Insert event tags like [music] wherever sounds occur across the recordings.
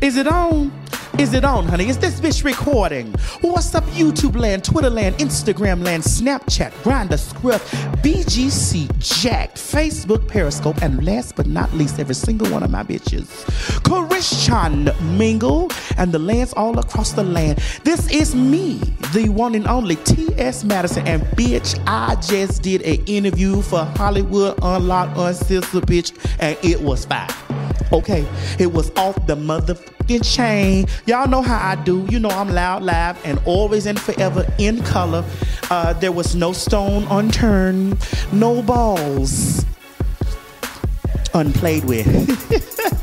Is it on? Is it on, honey? Is this bitch recording? What's up, YouTube land, Twitter land, Instagram land, Snapchat, Grindr, Script, BGC, Jacked, Facebook, Periscope, and last but not least, every single one of my bitches, Christian Mingle, and the lands all across the land. This is me, the one and only T.S. Madison, and bitch, I just did an interview for Hollywood Unlocked Uncensored, bitch, and it was fire. Okay, it was off the motherfucking chain. Y'all know how I do. You know I'm loud, live, and always and forever in color. Uh, there was no stone unturned, no balls unplayed with. [laughs]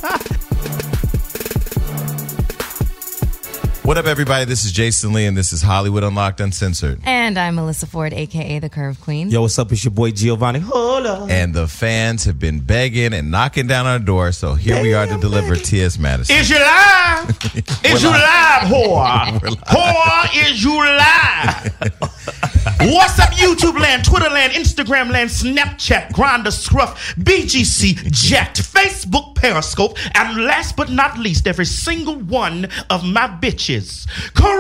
What up, everybody? This is Jason Lee, and this is Hollywood Unlocked Uncensored. And I'm Melissa Ford, aka the Curve Queen. Yo, what's up? It's your boy Giovanni. And the fans have been begging and knocking down our door, so here we are to deliver T.S. Madison. Is you [laughs] live? Is you live, [laughs] whore? Whore, is you live? What's up, YouTube land, Twitter land, Instagram land, Snapchat, Grindr, Scruff, BGC, Jacked, Facebook, Periscope, and last but not least, every single one of my bitches,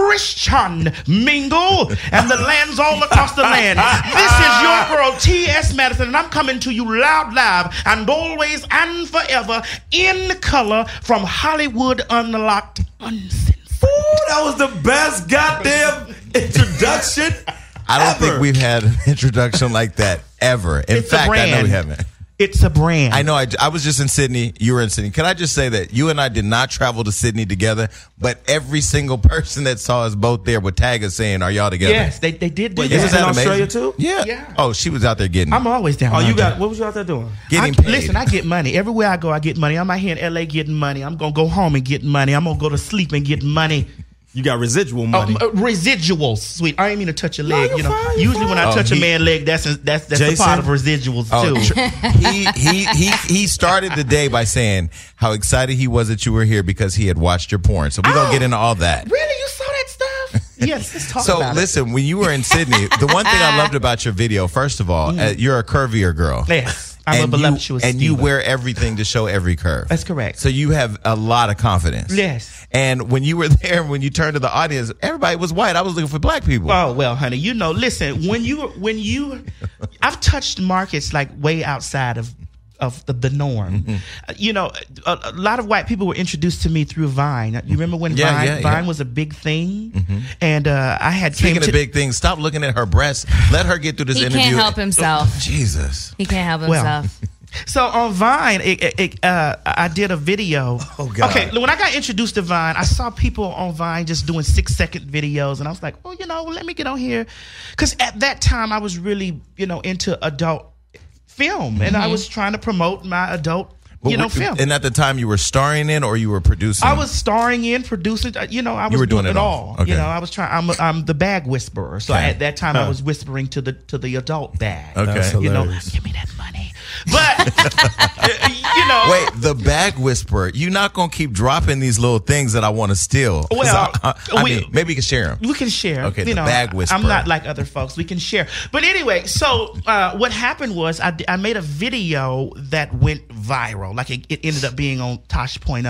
Christian Mingle, and the lands all across the land. This is your girl, T.S. Madison, and I'm coming to you loud, live, and always and forever in color from Hollywood Unlocked Uncensored. that was the best goddamn [laughs] introduction. I don't ever. think we've had an [laughs] introduction like that ever. In It's a fact, I know we brand. haven't. It's a brand. I know I, I was just in Sydney. You were in Sydney. Can I just say that you and I did not travel to Sydney together, but every single person that saw us both there would tag us saying, Are y'all together? Yes, they, they did do Wait, that. this is in Australia, too? Yeah. Yeah. Oh, she was out there getting I'm always down. Oh, you under. got what was you out there doing? getting I, paid. Listen, I get money. Everywhere I go, I get money. I'm out here in LA getting money. I'm going to go home and get money. I'm going to go to sleep and get money. You got residual Oh, money. uh, residuals, sweet. I ain't mean to touch your leg. you you know, fine, you usually when I fine. touch a Oh, he- man's leg, that's a, that's that's a Jason? part of residuals Oh, too. tr- he, he he he started the day by saying how excited he was that you were here because he had watched your porn. So we're gonna Oh. get into all [laughs] that. really, you saw that [laughs] stuff? yes, let's talk So about it. listen, when you were in Sydney, the one [laughs] thing I loved about your video, first of all, uh, you're a curvier girl. Yes, I'm And a you- voluptuous. and you diva. wear everything to show every curve. That's correct. So you have a lot of confidence. Yes. And when you were [laughs] there, when you turned to the audience, everybody was white. I was looking for black people. Oh well, honey, you know, listen, when you when [laughs] you I've touched markets like way outside of of the, the norm. Mm-hmm. Uh, You know, a, a lot of white people were introduced to me through Vine. You remember when Yeah, Vine yeah, yeah. Vine was a big thing? And uh, I had came Speaking to, of big things, stop looking at her breasts. Let her get through this He interview. can't help himself. Jesus. He can't help Well, himself. So on Vine, it, it, it, uh, I did a video. Oh, God. Okay, when I got introduced to Vine, I saw people on Vine just doing six second videos, and I was like, well, you know, let me get on here, because at that time I was really, you know, into adult film, and I was trying to promote my adult, Mm-hmm. But you know, were- film. And at the time, you were starring in or you were producing? I was starring in, producing. uh, You know, I was were doing, it all. Okay. You know, I was trying. I'm, a- I'm the bag whisperer. So Okay. at that time, I was whispering to the to the adult bag. Okay. That's you know, hilarious. give me that money. But [laughs] you know, Wait, the bag whisperer. You're not going to keep dropping these little things that I want to steal. 'Cause Well, I, I- I we- mean, maybe you can share them. We can share. Okay, you the know, bag whisperer. I'm not like other folks. We can share. But anyway, so uh, what happened was I, I made a video that went viral. Like it, it ended up being on Tosh.0.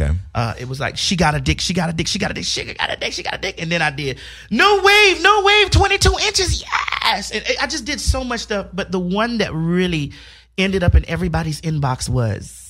Okay. Uh, it was like she got a dick, she got a dick, she got a dick, she got a dick, she got a dick, and then I did no wave, no wave, 22 inches, yes. And I just did so much stuff. But the one that really ended up in everybody's inbox was.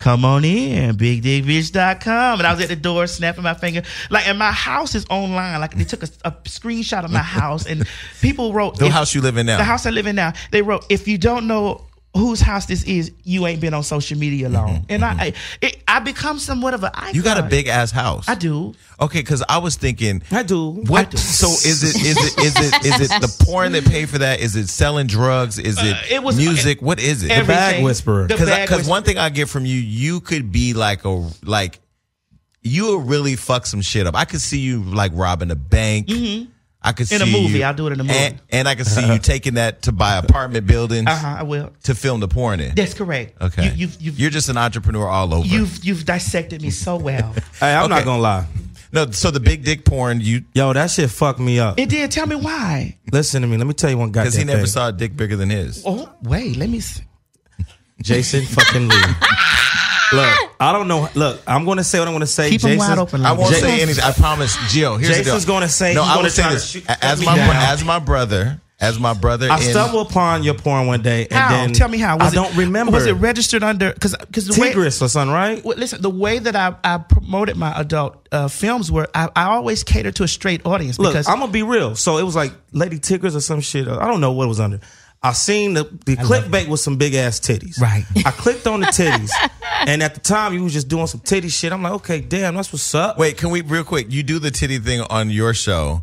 Come on in, bigdickbitch.com. And I was at the door snapping my finger. Like, and my house is online. Like, they took a, a screenshot of my house, and people wrote The if- house you live in now. The house I live in now. They wrote, if you don't know whose house this is, you ain't been on social media long. and I, I, it, I become somewhat of an icon. Mm-hmm, you got a big ass house. I do. Okay, because I was thinking. I do. What? So is it is it is it is [laughs] it the porn that paid for that? Is it selling drugs? Is it, Uh, it was- e- music? What is it? Everything. whisperer. The bag Because whisperer. one thing I get from you, you could be like a like you'll really fuck some shit up. I could see you like robbing a bank. I could Mm-hmm. In see a movie. you- I'll do it in a movie. and, and I could see you taking that to buy apartment buildings Uh huh. I will. to film the porn in. That's correct. Okay, You, you've, you've, are just an entrepreneur all over. you've, you've dissected me so well. Hey, I'm Okay. not gonna lie. no, so the big dick porn, you Yo, that shit fucked me up. it did. Tell me why. Listen to me. Let me tell you one goddamn because he never thing. saw Mm-hmm. a dick bigger than his. [laughs] Oh, wait. Let me see. Jason fucking Lee. Look, I don't know. Look, I'm going to say what I'm going to say. Keep 'em Jason- wide open, I won't Jason- say anything. I promise, Jill. Here's the Jason's deal. gonna say no. he I gonna will say try to this shoot- cut as me my bro- down. as my brother, as my brother. I in- stumbled upon your porn one day. And How? Then Tell me how. I don't remember. Was it registered under? Because the way Tigris or something, right? Well, listen, the way that I, I promoted my adult uh, films were I, I always catered to a straight audience Look, because I'm gonna be real. So it was like Lady Tiggers or some shit. I don't know what it was under. I seen the, the clickbait with some big ass titties. Right. I [laughs] clicked on the titties, and at the time you was just doing some titty shit. I'm like, okay, damn, that's what's up. Wait, can we real quick? You do the titty thing on your show.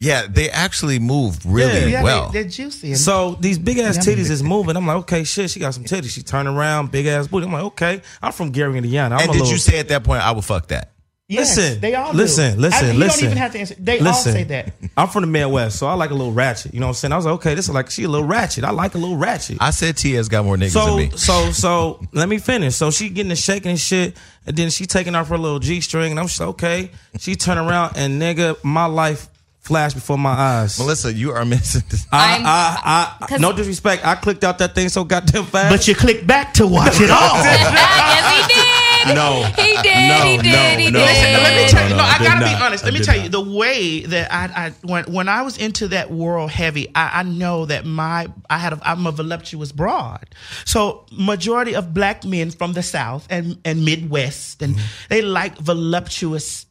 Yeah, they actually move really yeah, well. they, are juicy. And So these big ass Yummy. titties is moving. I'm like, okay, shit, she got some titties. She turned around, big ass booty. I'm like, okay, I'm from Gary, Indiana. I'm and a did little, you say at that point I would fuck that? Yes, listen, they all do. listen, listen, I, you listen. don't even have to answer. They all Listen, say that. I'm from the Midwest, so I like a little ratchet. You know what I'm saying? I was like, okay, this is like she a little ratchet. I like a little ratchet. I said TS got more niggas So than me. so so let me finish. So she getting the shaking and shit, and then she taking off her little G string, and I'm just like, okay. She turn around and nigga, my life flashed before my eyes. Melissa, you are missing. This. I, I'm- I, I, 'cause- no disrespect, I clicked out that thing so goddamn fast. But you click back to watch it all. [laughs] [laughs] yes, he did. No. He did. he No, did. no, he no. did. Listen, let me tell you. No, No, no, I I did gotta not. be honest. I Let me did tell you not. the way that I, I when when I was into that world heavy, I, I know that my I had a, I'm a voluptuous broad. So majority of black men from the South and and Midwest and Mm-hmm. they like voluptuous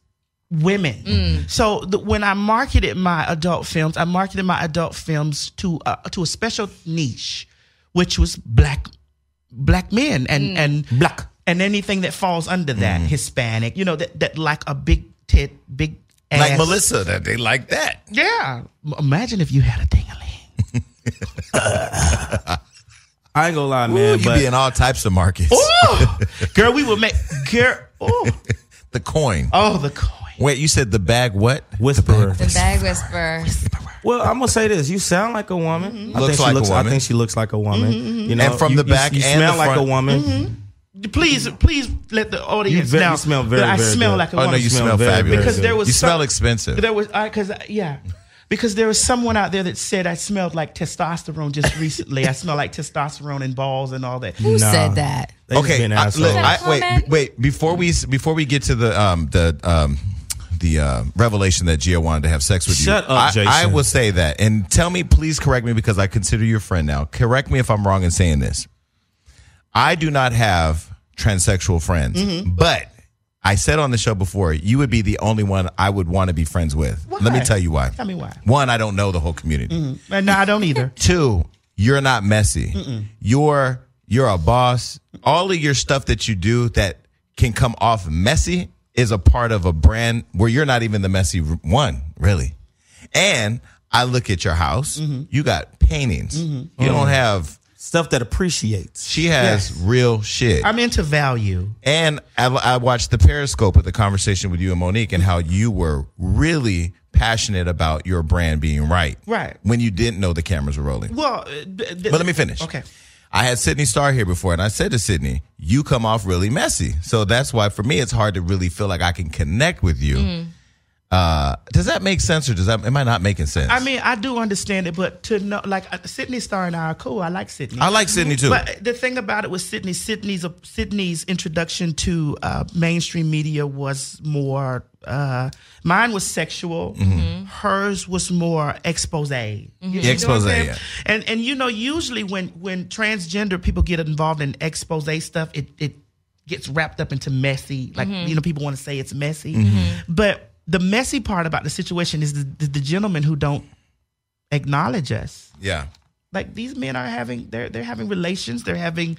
women. So the, when I marketed my adult films, I marketed my adult films to uh, to a special niche, which was black black men and and black and anything that falls under that Mm. Hispanic, you know, that that like a big tit, big ass. like Melissa, that they like that. Yeah. M- Imagine if you had a dingaling. I ain't gonna lie, Ooh, man. you but be in all types of markets. Ooh, [laughs] girl, we would make girl. Ooh. The coin. Oh, the coin. Wait, you said the bag what? whisperer. The bag whisper. Well, I'm gonna say this: you sound like a woman. Mm-hmm. I Looks think she like a looks, I woman. think she looks like a woman. You know, And from you- the you- back you, and smell the like a front. woman. Mm-hmm. Please, please let the audience very- know. you smell very, that I very smell good. like a Oh woman. no, you smell smell very, very fabulous. because there was you some- smell expensive. There was because yeah, because there was someone out there that said I smelled like testosterone [laughs] just recently. I smell like testosterone and balls and all that. Who Nah. said that? They just been I- assholes. look, I- wait, Comment? b- wait. Before we s- before we get to the um the um the uh, revelation that Gia wanted to have sex with Shut up, you, I, Jason. I will say that, and tell me, please correct me because I consider you a friend now. Correct me if I'm wrong in saying this. I do not have transsexual friends, Mm-hmm. but I said on the show before, you would be the only one I would want to be friends with. Let Why? me tell you why. Tell me why. Mm-hmm. One, I don't know the whole community. And no, I don't either. Two, you're not messy. You're you're a boss. All of your stuff that you do that can come off messy is a part of a brand where you're not even the messy one, really. And I look at your house. Mm-hmm. You got paintings. You don't have. stuff that appreciates. She has real shit. I'm into value. And I, I watched the Periscope of the conversation with you and Monique and how you were really passionate about your brand being right. Right. When you didn't know the cameras were rolling. Well, uh, d- d- But let me finish. Okay. I had Sydney Star here before, and I said to Sydney, "You come off really messy." So that's why for me, it's hard to really feel like I can connect with you. Mm. Uh, does that make sense, or does that am I not making sense? I mean, I do understand it, but to know, like uh, Sydney Star and I are cool. I like Sydney. I like Sydney too. But the thing about it was Sydney. Sydney's Sydney's introduction to uh, mainstream media was more. Uh, mine was sexual. Mm-hmm. Hers was more expose. You see what I'm Expose, saying? yeah. And and you know, usually when when transgender people get involved in expose stuff, it it gets wrapped up into messy. Like you know, people want to say it's messy, Mm-hmm. but the messy part about the situation is the, the, the gentlemen who don't acknowledge us yeah. like these men are having they're they're having relations they're having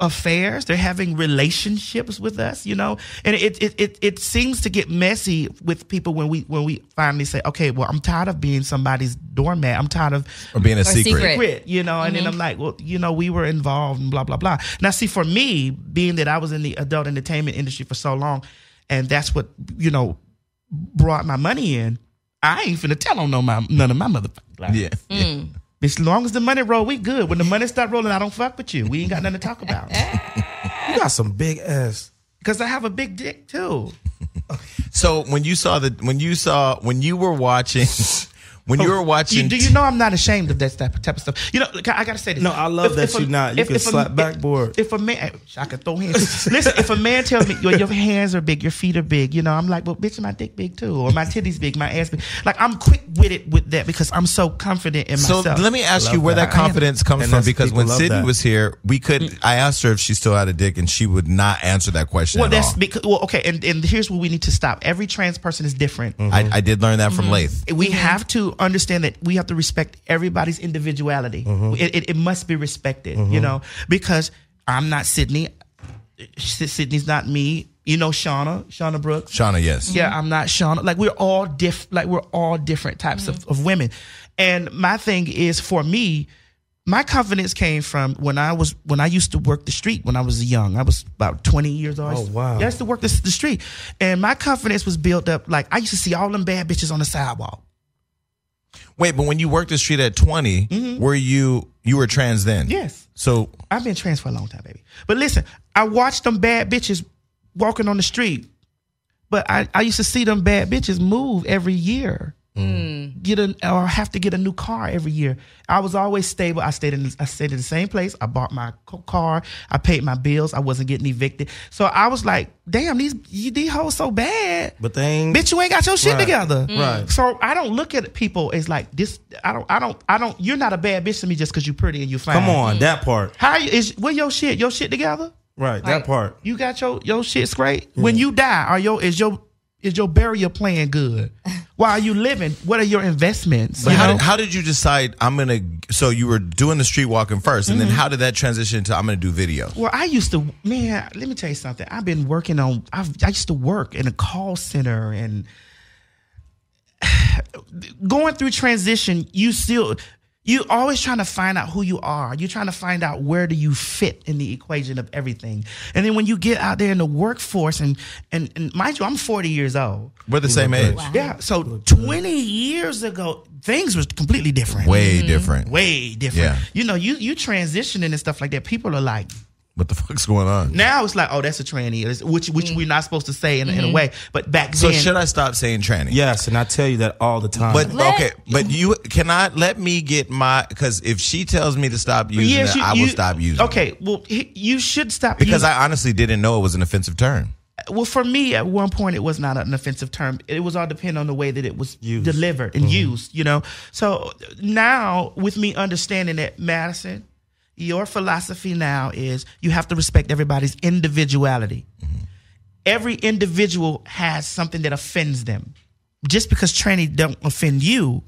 affairs they're having relationships with us you know and it it it, it seems to get messy with people when we when we finally say okay well i'm tired of being somebody's doormat i'm tired of Or being a secret. secret. grit you know and then i'm like well you know we were involved and blah blah blah now see for me being that i was in the adult entertainment industry for so long and that's what you know brought my money in i ain't finna tell on no my, none of my motherfucking lies. Yeah. [laughs] yeah. Mm. As long as the money roll, we good. When the money stop rolling, I don't fuck with you. We ain't got nothing to talk about. You got some big ass. Because I have a big dick too. So when you saw the when you saw when you were watching [laughs] When you were watching, You, Oh, do you know I'm not ashamed of that type, type of stuff? You know, look, I, I gotta say this. No, I love that a- you not. You can a- slap backboard. If, a man, I can throw hands. Listen, if a man tells me your, your hands are big, your feet are big, you know, I'm like, well, bitch, my dick big too, or my titties big, my ass big. Like I'm quick with it with that because I'm so confident in So myself. let me ask you where that I am- confidence comes And from that's- because people when love Sydney that. was here, we Mm. could. I asked her if she still had a dick, and she would not answer that question. Well, at that's all. because well, okay, and, and here's where we need to stop. Every trans person is different. I, I did learn that Mm-hmm. from Lath. Mm-hmm. we have to understand that we have to respect everybody's individuality. Mm-hmm. It, it, it must be respected, you know, because I'm not Sydney. Sy- Sydney's not me. You know, Shauna, Shauna Brooks. Shauna, yes. Yeah, Mm-hmm. I'm not Shauna. Like we're all diff. Like we're all different types Mm-hmm. of, of women. And my thing is for me, my confidence came from when I was when I used to work the street when I was young. I was about 20 years old. Oh, wow. Yeah, I used to work the, the street, and my confidence was built up. Like I used to see all them bad bitches on the sidewalk. Wait, but when you worked the street at 20, were you you were trans then? Yes. So I've been trans for a long time, baby. But listen, I watched them bad bitches walking on the street, but I, I used to see them bad bitches move every year. Get a or have to get a new car every year. I was always stable. I stayed in I stayed in the same place. I bought my co- car. I paid my bills. I wasn't getting evicted. So I was like, damn, these you- these hoes so bad. But they ain't. Bitch, you ain't got your shit Right. together. Right. So I don't look at people as like this. I don't. I don't. I don't. You're not a bad bitch to me just because you're pretty and you're fine. Come on, that part. How you- is where your shit? Your shit together? Right, that part. You got your your shit straight? When you die, are your is your is your burial plan good? While you living, what are your investments? but you how, know? did, how did you decide I'm gonna? So you were doing the street walking 1st and then how did that transition to I'm gonna do video? well, I used to man. Let me tell you something. I've been working on. I've, I used to work in a call center and [sighs] going through transition. You still. You always trying to find out who you are. You're trying to find out where do you fit in the equation of everything. And then when you get out there in the workforce and and, and mind you, I'm 40 years old. We're the same age. Yeah. So 20 years ago, things was completely different. Mm-hmm. Way different. Way different. Yeah. You know, you you transitioning and stuff like that. People are like, What the fuck's going on? now it's like, oh, that's a tranny, it's- which which we're not supposed to say in, in a way. But back So then, should I stop saying tranny? Yes, and I tell you that all the time. But Let- okay, but you cannot let me get my because if she tells me to stop using Yes, it, you- I will you- stop using it. Okay. Well, he- you should stop Because using- I honestly didn't know it was an offensive term. well, for me, at one point, it was not an offensive term. It was all depend on the way that it was delivered and Mm-hmm. used, you know. So now, with me understanding that, Madison, your philosophy now is you have to respect everybody's individuality. Mm-hmm. Every individual has something that offends them. Just because tranny don't offend you,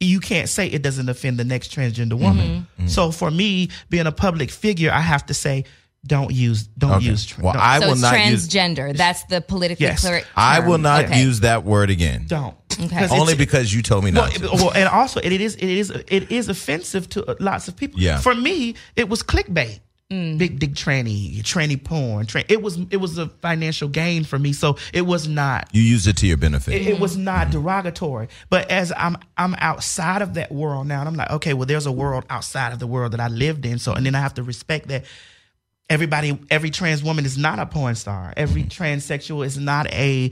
you can't say it doesn't offend the next transgender Mm-hmm. woman. So for me, being a public figure, I have to say, don't use, don't Okay. use. Tra- well, don't- I so will it's not use. transgender. That's the politically Yes. correct. I term. will not Okay. use that word again. don't. 'Cause Only it's- because you told me well, not it- to. well, and also it is it is it is offensive to uh, lots of people. Yeah. For me, it was clickbait. Big dick tranny, tranny porn. Tran- it was it was a financial gain for me, so it was not You used it to your benefit. it, it was not derogatory. But as I'm I'm outside of that world now, and I'm like, okay, well, there's a world outside of the world that I lived in. So, and then I have to respect that everybody, every trans woman is not a porn star. Every transsexual is not a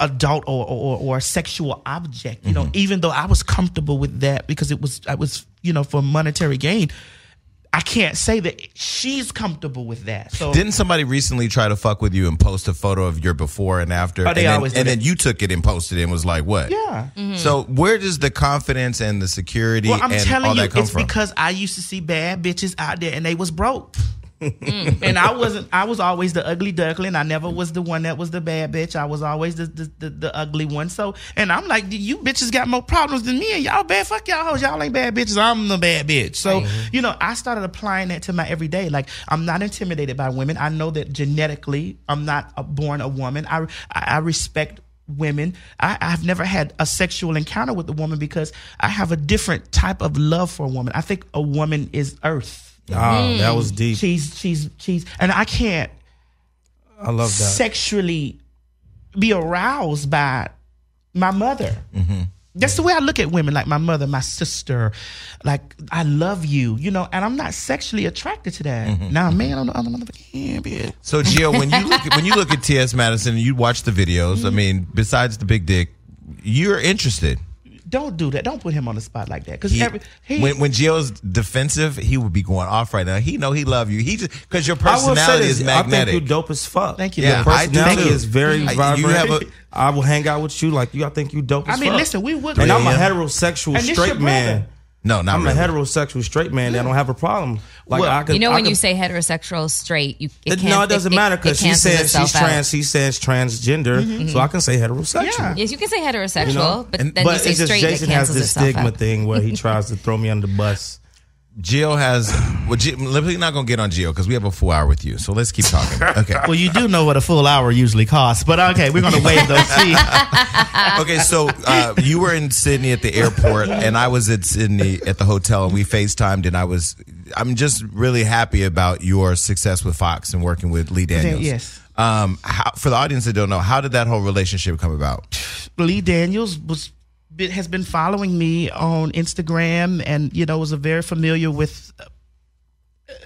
adult or or, or sexual object. You know, even though I was comfortable with that because it was I was you know for monetary gain. I can't say that she's comfortable with that. So Didn't somebody recently try to fuck with you and post a photo of your before and after? Oh, they and then, always do and that. then you took it and posted it and was like, what? yeah. So where does the confidence and the security Well, I'm and all telling you, that come it's from? because I used to see bad bitches out there and they was broke. [laughs] and I wasn't. I was always the ugly duckling. I never was the one that was the bad bitch. I was always the the, the, the ugly one. So, and I'm like, you bitches got more problems than me, and y'all bad. Fuck y'all hoes. Y'all ain't bad bitches. I'm the bad bitch. So, you know, I started applying that to my everyday. Like, I'm not intimidated by women. I know that genetically, I'm not a, born a woman. I I, I respect women. I, I've never had a sexual encounter with a woman because I have a different type of love for a woman. I think a woman is earth. Ah, that was deep. She's she's she's, and I can't I love that. sexually be aroused by my mother. Mm-hmm. That's the way I look at women, like my mother, my sister. Like I love you, you know, and I'm not sexually attracted to that. Mm-hmm. Now, man, on the other motherfucking hand, bitch. so Gio, when you look when you look at Mm-hmm. T.S. Madison and you watch the videos, I mean, besides the big dick, you're interested. Don't do that. Don't put him on the spot like that. Because He- every he, when when Gio's defensive, he would be going off right now. He know he love you. He just because your I will say personality this, is I think magnetic. you dope as fuck. Thank you, Your Yeah, I do personality too. is very I- you vibrant. have a- I will hang out with you like you. I think you dope I as mean, fuck. listen, we would. and I'm a Yeah. heterosexual And this your straight man. brother. no, not I'm really. a heterosexual straight man that don't have a problem. Like Well, I could, You know I when you could- say heterosexual straight, you it It- can no, it doesn't matter because she says she's trans. She says transgender, so I can say heterosexual. Yeah. Yes, you can say heterosexual, but and- then you say it's just straight. Jason it has cancels this itself stigma out. thing where he tries to throw me under the [laughs] bus. Gio has. Well, Gio, we're not gonna get on Gio because we have a full hour with you. So let's [laughs] keep talking. Okay. Well, you do know what a full hour usually costs, but okay, we're gonna waive those fees. okay, so uh, you were in Sydney at the airport, and I was at Sydney at the hotel, and we FaceTimed, and I was. I'm just really happy about your success with Fox and working with Lee Daniels. Yes. Um, how, for the audience that don't know, how did that whole relationship come about? [laughs] Lee Daniels was been- has been following me on Instagram, and you know was a very familiar with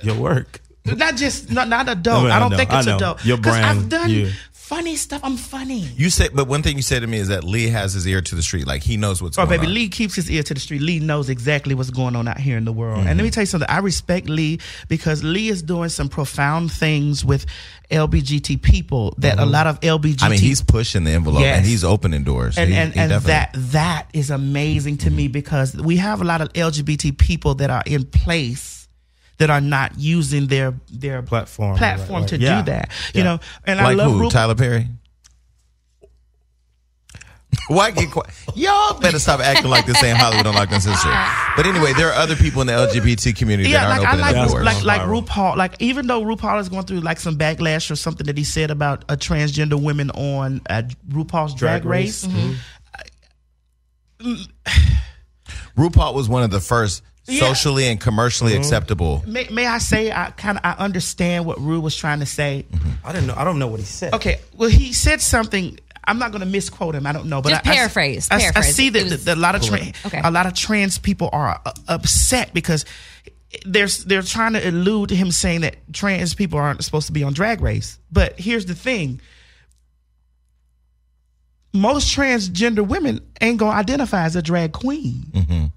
Your work. not just not not adult. I mean, I I don't know, think I it's know. adult. Your 'Cause I've brand, done you. funny stuff. I'm funny. You said, but one thing you said to me is that Lee has his ear to the street, like he knows what's Oh, going baby, on. Lee keeps his ear to the street. Lee knows exactly what's going on out here in the world. Mm-hmm. And let me tell you something. I respect Lee because Lee is doing some profound things with LBGT people that Mm-hmm. a lot of LBGT I mean, he's pushing the envelope Yes. and he's opening doors. and He- and, he and definitely- that that is amazing Mm-hmm. to me because we have a lot of LGBT people that are in place that are not using their their Platform, right, platform right. to Yeah. do that. You Yeah. know, and I like love who? Ru- Tyler Perry. Why get quiet? Y'all better stop acting like this ain't Hollywood on Locked on Sister. But anyway, there are other people in the LGBT community Yeah, like that I aren't like opening Ru- up Ru- like doors. like Viral. RuPaul. Like even though RuPaul is going through like some backlash or something that he said about a transgender women on uh, RuPaul's Drag, Drag Race. Mm-hmm. Race. Mm-hmm. RuPaul was one of the first Yeah. socially and commercially acceptable. May, may I say I kind of I understand what Ru was trying to say. I didn't know. I don't know what he said. Okay, well he said something. I'm not going to misquote him. I don't know, but Just I, I- paraphrase, I, I paraphrase. see that, It was- that a lot of tra- Okay. a lot of trans people are uh, upset because they're they're trying to elude him saying that trans people aren't supposed to be on Drag Race. But here's the thing: most transgender women ain't gonna identify as a drag queen.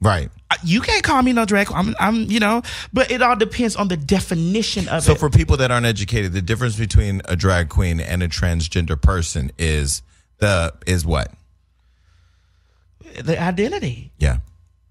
Right. Uh, You can't call me no drag. I'm I'm you know, but it all depends on the definition of So it. for people that aren't educated, the difference between a drag queen and a transgender person is the is what? the identity, Yeah.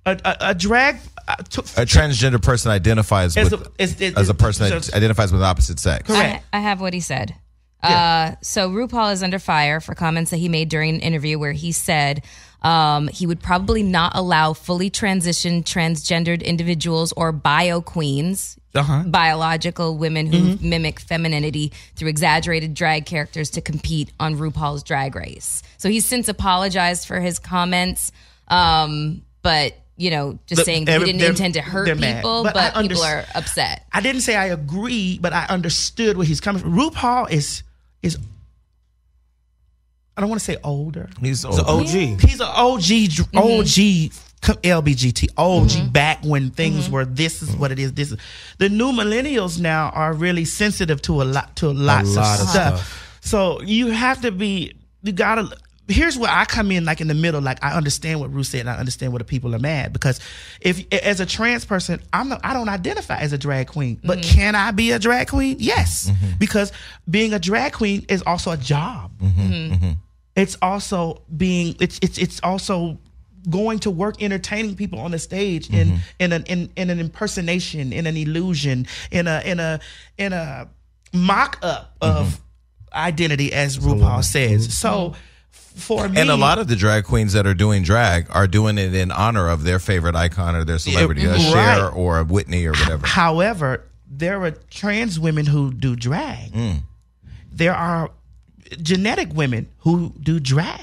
a a, a drag. Uh, to- A transgender person identifies As with a- as- as- as a person that so- identifies with the opposite sex. Correct. I, I have what he said. Yeah. Uh, so RuPaul is under fire for comments that he made during an interview where he said um, he would probably not allow fully transitioned transgendered individuals or bio queens, Uh-huh. Mm-hmm. biological women who mimic femininity through exaggerated drag characters to compete on RuPaul's Drag Race. So he's since apologized for his comments, um, but you know, just Look, saying every- he didn't they're- intend to hurt they're mad. people, But but, I people underst- are upset. I didn't say I agree, but I understood where he's coming from. RuPaul is is I don't want to say older. He's He's an old. OG. He's an OG dr- OG co- LBGT OG back when things were this is what it is. This is the new millennials now are really sensitive to a lot to lots lot of stuff. of stuff. So you have to be you gotta here's where I come in like in the middle. Like I understand what Ruth said and I understand where the people are mad because if as a trans person, I'm not, I don't identify as a drag queen. But can I be a drag queen? Yes. Because being a drag queen is also a job. It's also being it's it's it's also going to work entertaining people on the stage Mm-hmm. in in an in, in an impersonation, in an illusion, in a in a in a mock up of Mm-hmm. identity as RuPaul says. So for me And a lot of the drag queens that are doing drag are doing it in honor of their favorite icon or their celebrity, a Cher right. or a Whitney or whatever. However, there are trans women who do drag. There are genetic women who do drag.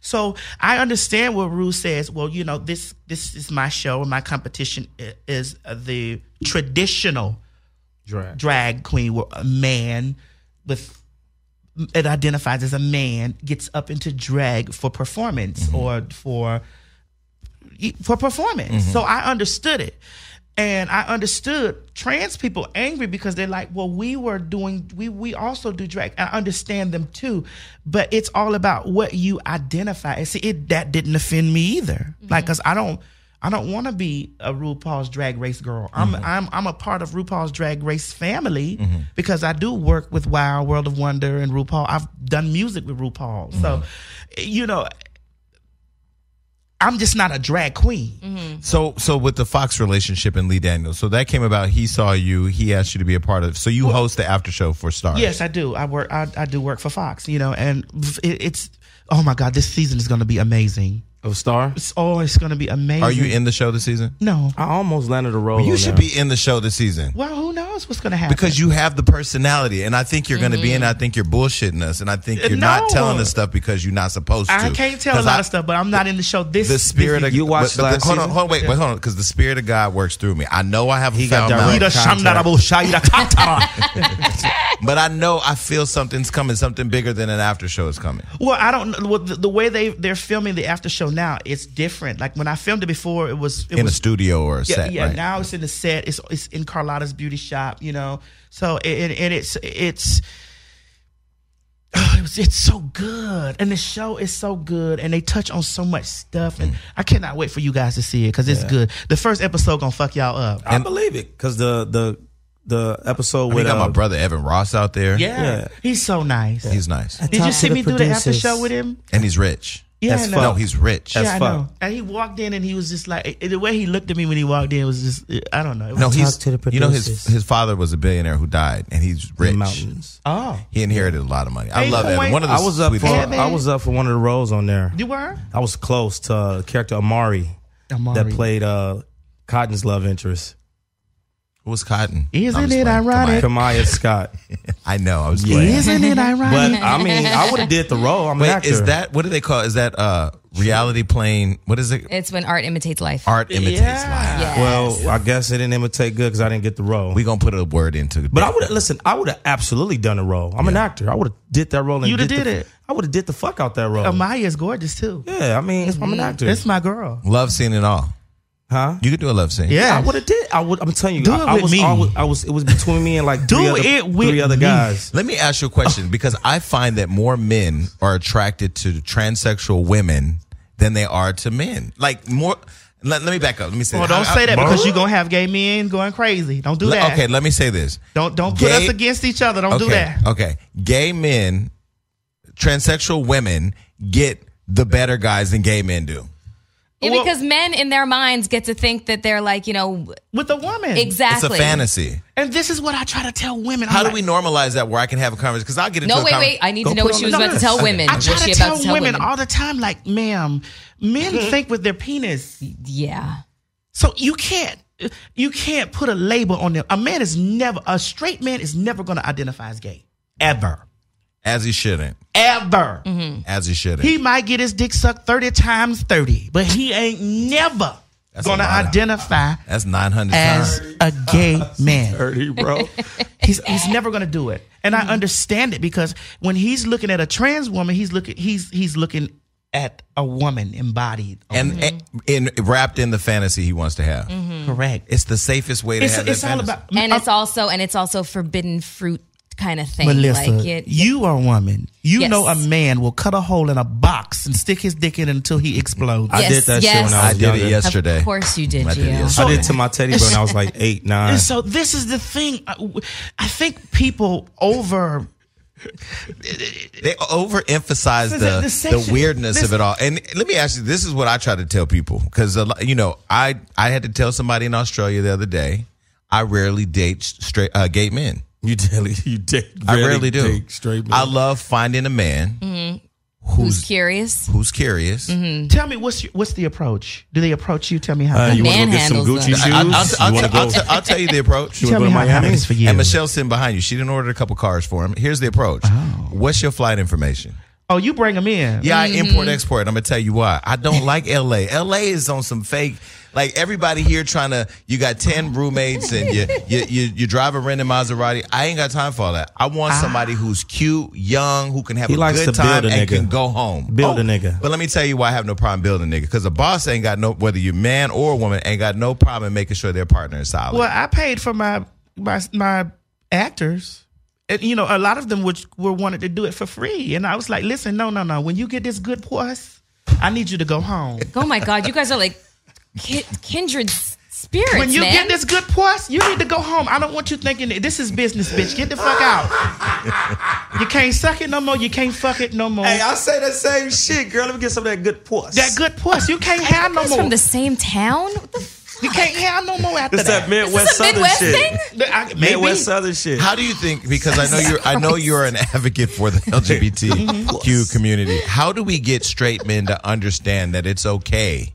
So I understand what Rue says. Well, you know, this this is my show, and my competition i- is uh, the traditional Drag. drag queen, where a man with it identifies as a man gets up into drag for performance or for for performance. So I understood it. And I understood trans people angry because they're like, well, we were doing, we we also do drag. I understand them too, but it's all about what you identify. And see, it that didn't offend me either. Like, cause I don't, I don't want to be a RuPaul's Drag Race girl. I'm I'm I'm a part of RuPaul's Drag Race family because I do work with Wow, World of Wonder, and RuPaul. I've done music with RuPaul, so you know, I'm just not a drag queen. So, so with the Fox relationship and Lee Daniels, so that came about. He saw you. He asked you to be a part of. So you host the after show for Stars. Yes, I do. I work. I, I do work for Fox. You know, and it, it's oh my god, this season is going to be amazing. Of Star. It's, oh, it's going to be amazing. Are you in the show this season? No. I almost landed a role. You on should that. be in the show this season Well, who knows what's going to happen? because you have the personality, and I think you're going to be in. I think you're bullshitting us, and I think you're not Mm-hmm. No. telling us stuff because you're not supposed to. I can't tell a 'Cause lot I- of stuff, but I'm not in the show. This The spirit this of You watched but- but the- last hold on, season? hold on, wait, wait, hold on, because the spirit of God works through me. I know I have a He got foul mouth. direct [laughs] But I know I feel something's coming. Something bigger than an after show is coming. Well, I don't know. Well, the, the way they they're filming the after show now, it's different. Like when I filmed it before, it was it In a was studio or a yeah, set. yeah. right? Now it's in the set. It's it's in Carlotta's beauty shop. You know, so and, and it's it's. [sighs] it was, it's so good, and the show is so good, and they touch on so much stuff, and I cannot wait for you guys to see it because it's good. The first episode gonna fuck y'all up. I believe it because the the the episode we with got uh, my brother Evan Ross out there. Yeah, Yeah. he's so nice. he's nice Did you Talk see to the me do the after producers. show with him? and he's rich. Yeah, That's I know. fuck. No, he's rich. That's yeah, I fuck. know. And he walked in and he was just like the way he looked at me when he walked in was just I don't know. It was no, he's Talk to the you know his producers. his father was a billionaire who died, and he's rich. mountains. oh, He inherited a lot of money. I Hey, love boy. Evan. One of the I was up for sweetest- Yeah, man. I was up for one of the roles on there. you were. I was close to uh, character Amari, Amari. that played uh, Cotton's love interest, Who was Cotton? Isn't I'm just it playing. Come ironic? on. Kamaya [laughs] Scott. I know. I was playing. Isn't it ironic? [laughs] But I mean, I would have did the role. I'm an Wait, actor. is that what do they call? Is that uh reality plane? What is it? It's when art imitates life. Art imitates life. Yes. Well, I guess it didn't imitate good because I didn't get the role. We gonna put a word into. but I would have listen. I would have absolutely done the role. I'm an actor. I would have did that role. and You'da the- did it. I would have did the fuck out that role. Amaya is gorgeous too. yeah, I mean, I'm an actor. That's my girl. love scene and all. huh? You could do a love scene. Yeah. I would have did. I would. I'm telling you. Do I, it I with was. me. alwa- I was. It was between me and [laughs] like Do three other, it with three other me. guys. Let me ask you a Oh. question because I find that more men are attracted to transsexual women than they are to men. Like more. Let, let me back up. Let me say. Well, that. Oh, don't I- I- say that because you're gonna have gay men going crazy. Don't do Le- that. Okay, let me say this. Don't don't put Gay- us against each other. Don't okay, do that. Okay, gay men, transsexual women get the better guys than gay men do. Yeah, well- because men in their minds get to think that they're like, you know, With a woman. exactly. It's a fantasy. And this is what I try to tell women. I'm How do like- we normalize that where I can have a conversation? Because I'll get into No, a wait, conver- wait. I need Go to know put what on she the was about to list. tell Okay. women. I What try she to about tell, to tell women, women. all the time, like, ma'am, men Mm-hmm. think with their penis. yeah. Mm-hmm. So you can't you can't put a label on them. A man is never a straight man is never going to identify as gay. Ever. as he shouldn't, Ever. Mm-hmm. Mm. as he shouldn't. He might get his dick sucked 30 times 30, but he ain't never That's a going to lot of- identify That's nine hundred as times. a gay man. Dirty, [laughs] bro. He's he's never going to do it. And I understand it because when he's looking at a trans woman, he's looking he's he's looking at a woman embodied. And, Mm-hmm. and and wrapped in the fantasy he wants to have. uh, Correct. It's the safest way to It's, have that it's all fantasy. about uh, And it's also and it's also forbidden fruit kind of thing. Melissa, like it, you are a woman. You Yes. know a man will cut a hole in a box and stick his dick in it until he explodes. I Yes, did that shit yes. when I I was did younger. it yesterday. Of course you did, I did it Gio. yesterday. I did it to my teddy bear when I was [laughs] like eight, nine. And so this is the thing. I, I think people over. They overemphasize This is the, the the sexual- weirdness this- of it all. And let me ask you, this is what I try to tell people because you know I I had to tell somebody in Australia the other day. I rarely date straight uh, gay men. You daily, you date. I rarely do. date Straight. I love finding a man Who's curious? who's curious. Tell me what's your, what's the approach? Do they approach you? Tell me how. Uh, you want to Man go get some handles Gucci us. shoes? I, will you want to go? tell you the approach. [laughs] you tell wanna me go how to it Miami? happens for you. And Michelle's sitting behind you. She didn't order a couple cars for him. Here's the approach. Oh. What's your flight information? oh, you bring them in. Yeah, I import export. I'm gonna tell you why. I don't like LA. LA is on some fake. Like everybody here trying to, you got ten roommates and you you you, you drive a rented Maserati. I ain't got time for all that. I want somebody who's cute, young, who can have He a likes good to build time a and nigga. can go home. Oh, Build a nigga. But let me tell you why I have no problem building a nigga. Because a boss ain't got no whether you're man or a woman ain't got no problem making sure their partner is solid. Well, I paid for my my my actors. And, you know, a lot of them which were wanted to do it for free, and I was like, "Listen, no, no, no. When you get this good puss, I need you to go home. Oh my God, you guys are like ki- kindred s- spirits, When you man. get this good puss, you need to go home. I don't want you thinking that this is business, bitch. Get the fuck [laughs] out. you can't suck it no more. You can't fuck it no more. I say that same shit, girl. Let me get some of that good puss. that good puss, you can't have no Guys from more. the same town? What the f- You can't have no more after It's that. that Midwest Is this a Southern Midwest shit. thing? I- maybe. Midwest Southern shit. How do you think? Because I know you're, I know you're an advocate for the LGBTQ community. How do we get straight men to understand that it's okay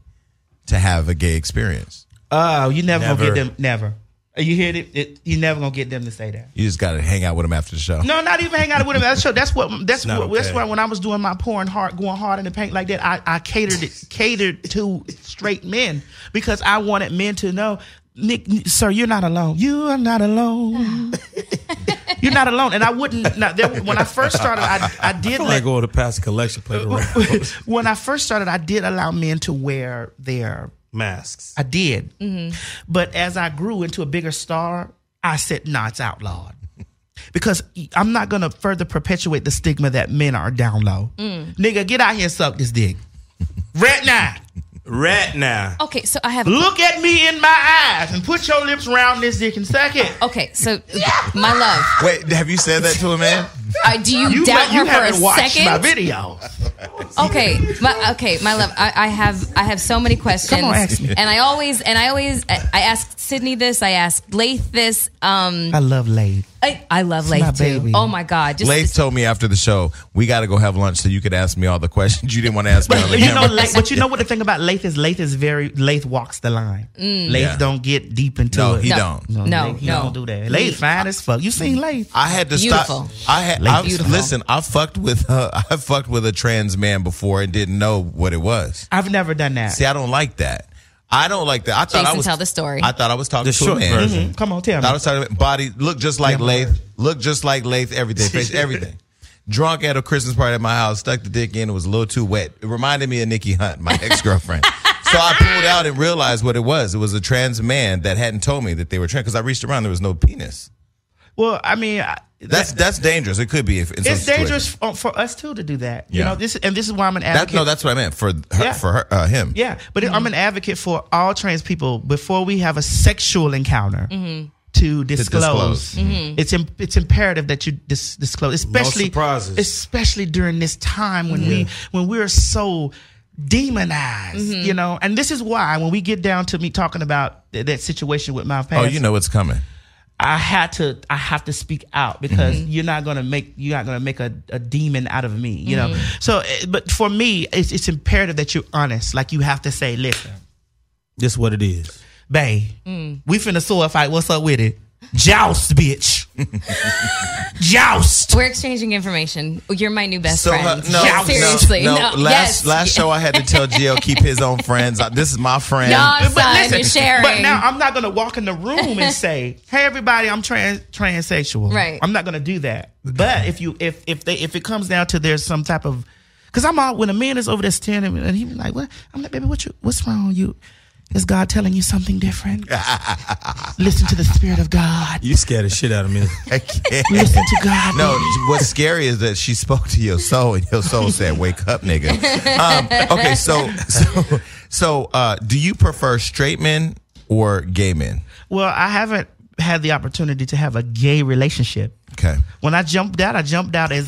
to have a gay experience? Oh, you never, Never. gonna get them. Never. You hear it? it you never gonna get them to say that. You just got to hang out with them after the show. No, not even hang out with him. That's, that's what. That's not what. That's okay. why when I was doing my pouring hard, going hard in the paint like that, I, I catered it, catered to straight men because I wanted men to know, Nick, sir, you're not alone. You are not alone. you're not alone. And I wouldn't. Now, there, when I first started, I, I did I let go to pass collection plate [laughs] around [laughs] when I first started, I did allow men to wear their masks. I did. But as I grew into a bigger star, I said, nah, it's outlawed. Because I'm not going to further perpetuate the stigma that men are down low. Nigga, get out here and suck this dick. Right now. Rat now. Okay, so I have. Look at me in my eyes and put your lips around this dick and suck it. Okay, so my love, Wait, have you said that to [laughs] a man? I, do you, You, doubt bet you her haven't for a watched my second? videos. Okay, my, okay, my love. I, I have I have so many questions, Come on, ask me. and I always and I always I, I asked Sydney this, I asked Laith this. Um, I love Lade. I, I love Laith my too. baby. Oh my God, just Lace told me after the show, we got to go have lunch so you could ask me all the questions you didn't want to ask me on the But [laughs] you know, camera. Lath, but you know what the thing about Lath is? Lath is very Lath walks the line. Lath Yeah. don't get deep into No, it. he don't. No, Lath, he no. don't do that. Lath fine as fuck. You seen Lath? I had to Beautiful. stop. I had. I, Beautiful. listen, I fucked with. Uh, [laughs] I fucked with a trans man before and didn't know what it was. I've never done that. See, I don't like that. I don't like that. I thought I Jason, was tell the story. I thought I was talking The to short a man. version. Mm-hmm. Come on, tell I me. was talking about body look just like Yeah, Lathe, look just like Lathe, everything, [laughs] face everything. Drunk at a Christmas party at my house, stuck the dick in. It was a little too wet. It reminded me of Nikki Hunt, [laughs] my ex girlfriend. so I pulled out and realized what it was. It was a trans man that hadn't told me that they were trans because I reached around. There was no penis. Well, I mean, I- That's that's dangerous. It could be. If, in some it's situation. dangerous for, for us too to do that. You Yeah. know, this and this is why I'm an That, advocate. no, that's what I meant for her, Yeah. for her, uh, him. yeah, but I'm an advocate for all trans people before we have a sexual encounter. To disclose, Mm-hmm. disclose. it's im- it's imperative that you dis- disclose, especially surprises. especially during this time when we when we're so demonized, you know. And this is why when we get down to me talking about th- that situation with my Oh, past, you know what's coming. I had to I have to speak out because you're not gonna make you're not gonna make a, a demon out of me, you know. So, eh, but for me, it's it's imperative that you're honest. Like you have to say, listen, This what it is. babe, we finna sword fight. What's up with it? Joust, bitch. Joust. we're exchanging information. You're my new best So friend. her- no, Yeah, no, seriously, no, no. Last Yes. last show, I had to tell Gio keep his own friends. I- this is my friend. No, son, you're sharing. But now I'm not gonna walk in the room and say, "Hey, everybody, I'm trans transsexual." Right. I'm not gonna do that. But if you if if they if it comes down to there's some type of because I'm all when a man is over there standing and he be like, "What?" I'm like, "Baby, what you? What's wrong with you? Is God telling you something different? Listen to the spirit of God. You scared the shit out of me. I can't. Listen to God. No, what's scary is that she spoke to your soul, and your soul said, "Wake up, nigga." Um, okay, so so so, uh, do you prefer straight men or gay men? Well, I haven't had the opportunity to have a gay relationship. Okay, When I jumped out, I jumped out as.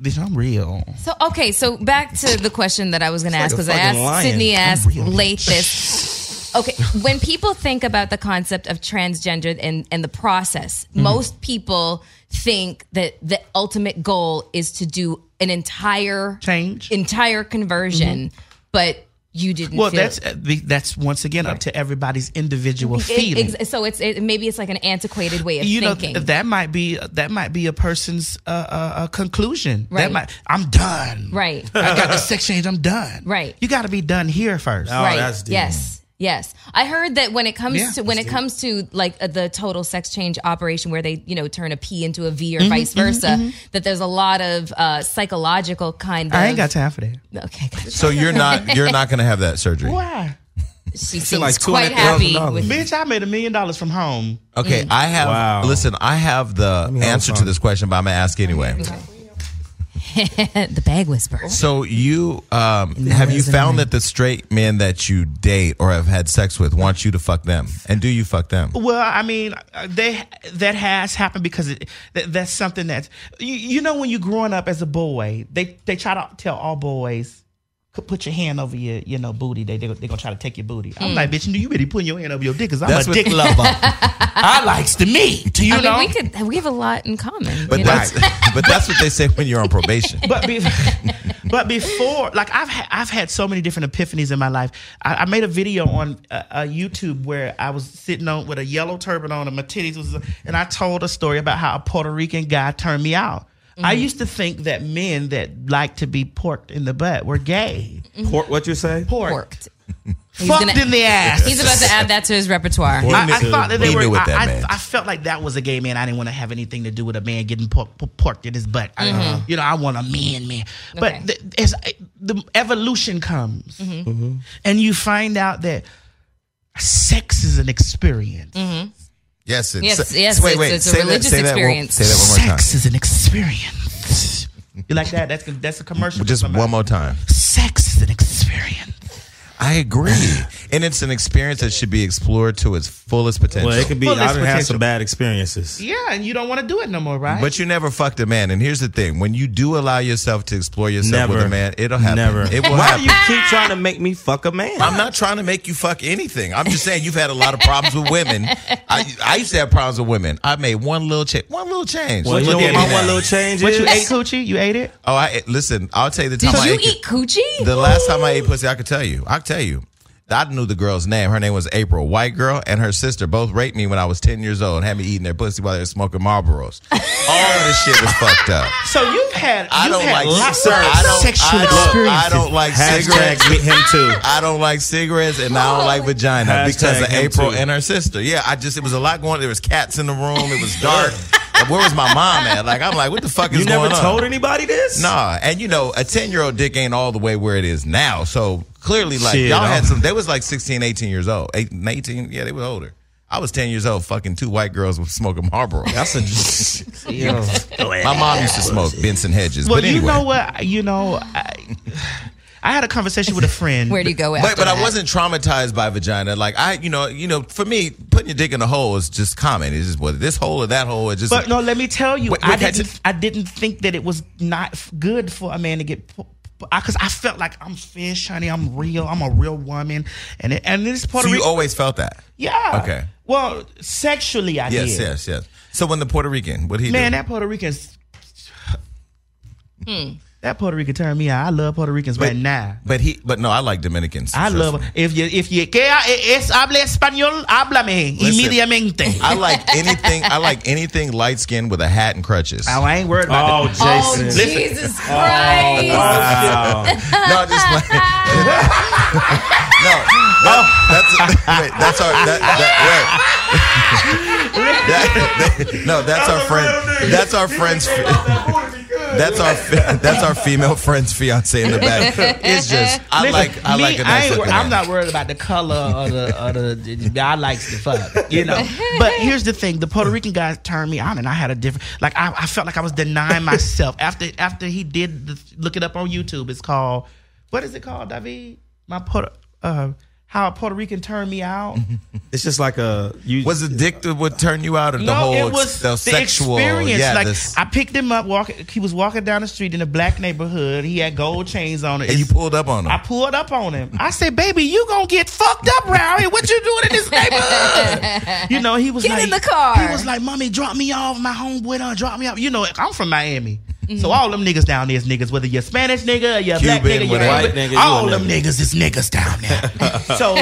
Bitch, I'm real. So okay, so back to the question that I was going to ask a because I asked fucking lion. Sydney asked late this. Okay, when people think about the concept of transgender and and the process, Mm-hmm. most people think that the ultimate goal is to do an entire Change. Mm-hmm. entire conversion, but you didn't Well, feel that's uh, the- that's once again up to everybody's individual it, feeling. ex- so it's it, maybe it's like an antiquated way of you know thinking. th- that might be that might be a person's uh, uh, uh, conclusion. That Right. might I'm done. Right. [laughs] I got the sex change. I'm done. Right. You got to be done here first. Oh, right. that's deep. Yes. Yes. I heard that when it comes Yeah, to when it comes to like uh, the total sex change operation where they, you know, turn a P into a V or vice versa, that there's a lot of uh, psychological kind of I ain't got time for that. Okay. [laughs] gotcha. So you're not you're not gonna have that surgery. Why, She seems like quite happy $200,000. with bitch? I made a million dollars from home. Okay, I have. Wow. Listen, I have the me have answer to some. this question, but I'm gonna ask anyway. the bag whisper. So you um, have you found that the straight men that you date or have had sex with want you to fuck them, and do you fuck them? Well, I mean, uh, they that has happened because it, that, that's something that's you, you know when you're growing up as a boy, they they try to tell all boys "C- put your hand over your you know booty. They they are gonna try to take your booty. I'm Hmm. like, bitch, you really putting your hand over your dick? Cause I'm That's a what- dick [laughs] lover. I likes to meet. You I mean, know. we could we have a lot in common. But you know? that's [laughs] but that's what they say when you're on probation. but be- [laughs] but before, like I've ha- I've had so many different epiphanies in my life. I, I made a video on uh, uh, YouTube where I was sitting on with a yellow turban on and my titties was, and I told a story about how a Puerto Rican guy turned me out. I used to think that men that like to be porked in the butt were gay. [laughs] Pork, what you say? Porked, Forked. fucked gonna- in the ass. [laughs] He's about to add that to his repertoire. I, I thought that they He were. knew what I, that I- meant. I felt like that was a gay man. I didn't want to have anything to do with a man getting pork, por- porked in his butt. I- you know, I want a man, man. But Okay. th- as I- the evolution comes, Mm-hmm. and you find out that sex is an experience. Yes, it's, uh, Yes, yes, Wait, it's- wait. it's a say religious that, say experience. That one, say that one more Sex time. is an experience. you like that? That's that's a commercial. Just one more time. Sex is an experience. I agree, and it's an experience that should be explored to its fullest potential. Well, it could be. Well, I that's done had potential. some bad experiences. Yeah, and you don't want to do it no more, right? But you never fucked a man. And here's the thing: when you do allow yourself to explore yourself Never. with a man, it'll happen. Never. It will Why happen. do you keep trying to make me fuck a man? I'm not trying to make you fuck anything. I'm just saying you've had a lot of problems with women. I, I used to have problems with women. I made one little change. One little change. well, you know Look what at my me one now. little change what is? you ate coochie? You ate it? Oh, I listen. I'll tell you the time Did I you ate eat coochie? The last time I ate pussy, I could tell you. I could tell you. I knew the girl's name. Her name was April. White girl and her sister both raped me when I was 10 years old and had me eating their pussy while they were smoking Marlboros. All of this shit is fucked up. So you've had I you've don't had like lots sir, of I don't, sexual I don't, experiences. I don't like Hashtag cigarettes. get him [laughs] too. I don't like cigarettes and I don't like vagina because Hashtag of him April too. and her sister. Yeah, I just it was a lot going. There was cats in the room. It was dark. Like, Where was my mom at? Like I'm like, what the fuck is You going never on? told anybody this? Nah, and you know, a 10 year old dick ain't all the way where it is now. So clearly, like, Shit, y'all I'm- had some, they was like 16, 18 years old. Eight, 18, yeah, they was older. I was 10 years old, fucking two white girls with smoking Marlboro. That's a. [laughs] My mom used to smoke Benson Hedges. Well, but anyway. you know what? You know, I, I had a conversation with a friend. Where do you go after But, but I that? wasn't traumatized by vagina. Like I, you know, you know, for me, putting your dick in a hole is just common. It's just whether this hole or that hole. It's just But no, let me tell you, Wait, I wait, can I didn't. just- I didn't think that it was not f- good for a man to get. Because I felt like I'm fish, honey. I'm real. I'm a real woman, and it, and this Puerto so you Rican. always felt that. Yeah. Okay. Well, sexually, I Yes, did. yes, yes. So when the Puerto Rican, what he Man, do? that Puerto Rican's. Hmm. That Puerto Rican turned me out. I love Puerto Ricans right now. But he, but no, I like Dominicans. I Trust love me. if you if you que es hable español, háblame Listen. inmediatamente. I like anything. I like anything light skinned with a hat and crutches. Oh, [laughs] I ain't worried about Oh, Oh, Jason. Jesus Christ. No, I'm just like [laughs] no. that- that's wait, that's our that, that, wait. [laughs] That- that- no, that's our friend. That's [laughs] our friend's. That's our that's our female friend's fiance in the back. It's just I Listen, like I me, like I a nice ain't, wor- looking I'm man. not worried about the color or the, or [laughs] the I likes the fuck, you know. But here's the thing: the Puerto Rican guy turned me on, and I had a different. Like I, I felt like I was denying [laughs] myself after after he did the, look it up on YouTube. It's called what is it called, David? My Puerto, uh, how a Puerto Rican turned me out. It's just like a. You, Was it dick that would turn you out of [laughs] the whole it ex- was the sexual? experience. Yeah, like this- I picked him up. Walking, he was walking down the street in a black neighborhood. He had gold chains on. It. and you pulled up on him. I pulled up on him. I said, "Baby, you gonna get fucked up around here? What you doing in this neighborhood?" You know, he was Get like, in the car. He was like, "Mommy, drop me off. My homeboy done drop me off." You know, I'm from Miami. So Mm-hmm. all them niggas down there is niggas, whether you're Spanish nigga or you're black Cuban, nigga, you're whatever. White nigga, you all a them nigga. niggas is niggas down [laughs] there. so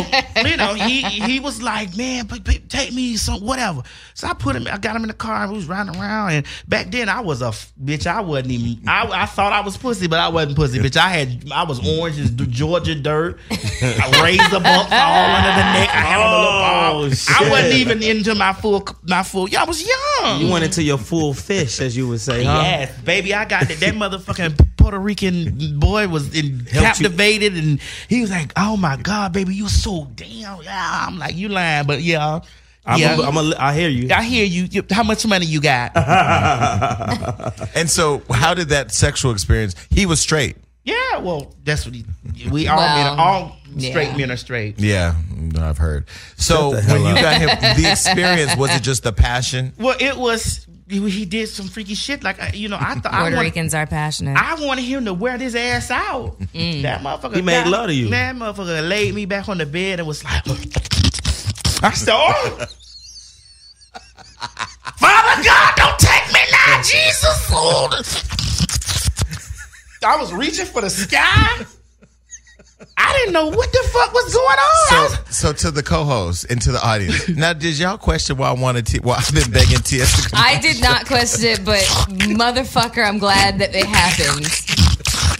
you know, he he was like, man, but, but take me some whatever. So I put him, I got him in the car, and we was riding around. And back then, I was a f- bitch. I wasn't even. I, I thought I was pussy, but I wasn't pussy, bitch. I had I was orange as the Georgia dirt, I razor bumps all under the neck. I had on a little Oh, bob. shit. I wasn't even into my full my full. Yeah, I was young. You went into your full fish, as you would say, huh? Yes, baby, I got that. [laughs] That motherfucking Puerto Rican boy was in, you. captivated, and he was like, "Oh my god, baby, you so damn." Yeah, I'm like, "You lying?" But yeah, I'm yeah. a, I'm Uh-huh. a, I hear you. I hear you. You- How much money you got? And so, how did that sexual experience? He was straight. yeah, well, that's what he, we all Well, men are, all straight yeah. men are straight. Yeah, mm, I've heard. So the hell when you up. got him, the experience was it just the passion? Well, it was he he did some freaky shit. Like I- you know, I thought I Puerto want, Ricans are passionate. I wanted him to wear this ass out. Mm. That motherfucker. He made got- love to you. That motherfucker laid me back on the bed and was [laughs] like, I said, "Oh, [laughs] Father God, don't take me now, Jesus. Oh. I was reaching for the sky. I didn't know what the fuck was going on. I So, was- so to the co-host and to the audience. Now, did y'all question why I wanted T? Why I've been begging TS to come? I did not question it, but motherfucker, I'm glad that it happened.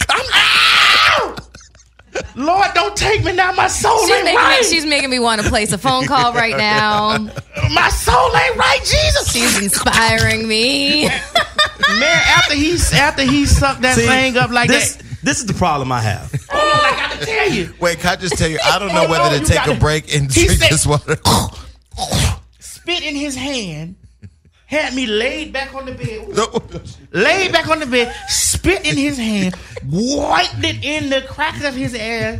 I'm, ow! Lord, don't take me now. Oh My soul She's ain't making right. me, she's making me want to place a phone call right [laughs] now. my soul ain't right, Jesus. She's inspiring me. Man, after he after he sucked that See, thing up like this, that. This is the problem I have. Hold on, I gotta tell you. Wait, can I just tell you? I [laughs] don't know Hold whether on, to you take gotta- a break and He drink said- [laughs] this water. Spit in his hand, had me laid back on the bed. No. Laid back on the bed, spit in his hand, wiped it in the crack of his ass,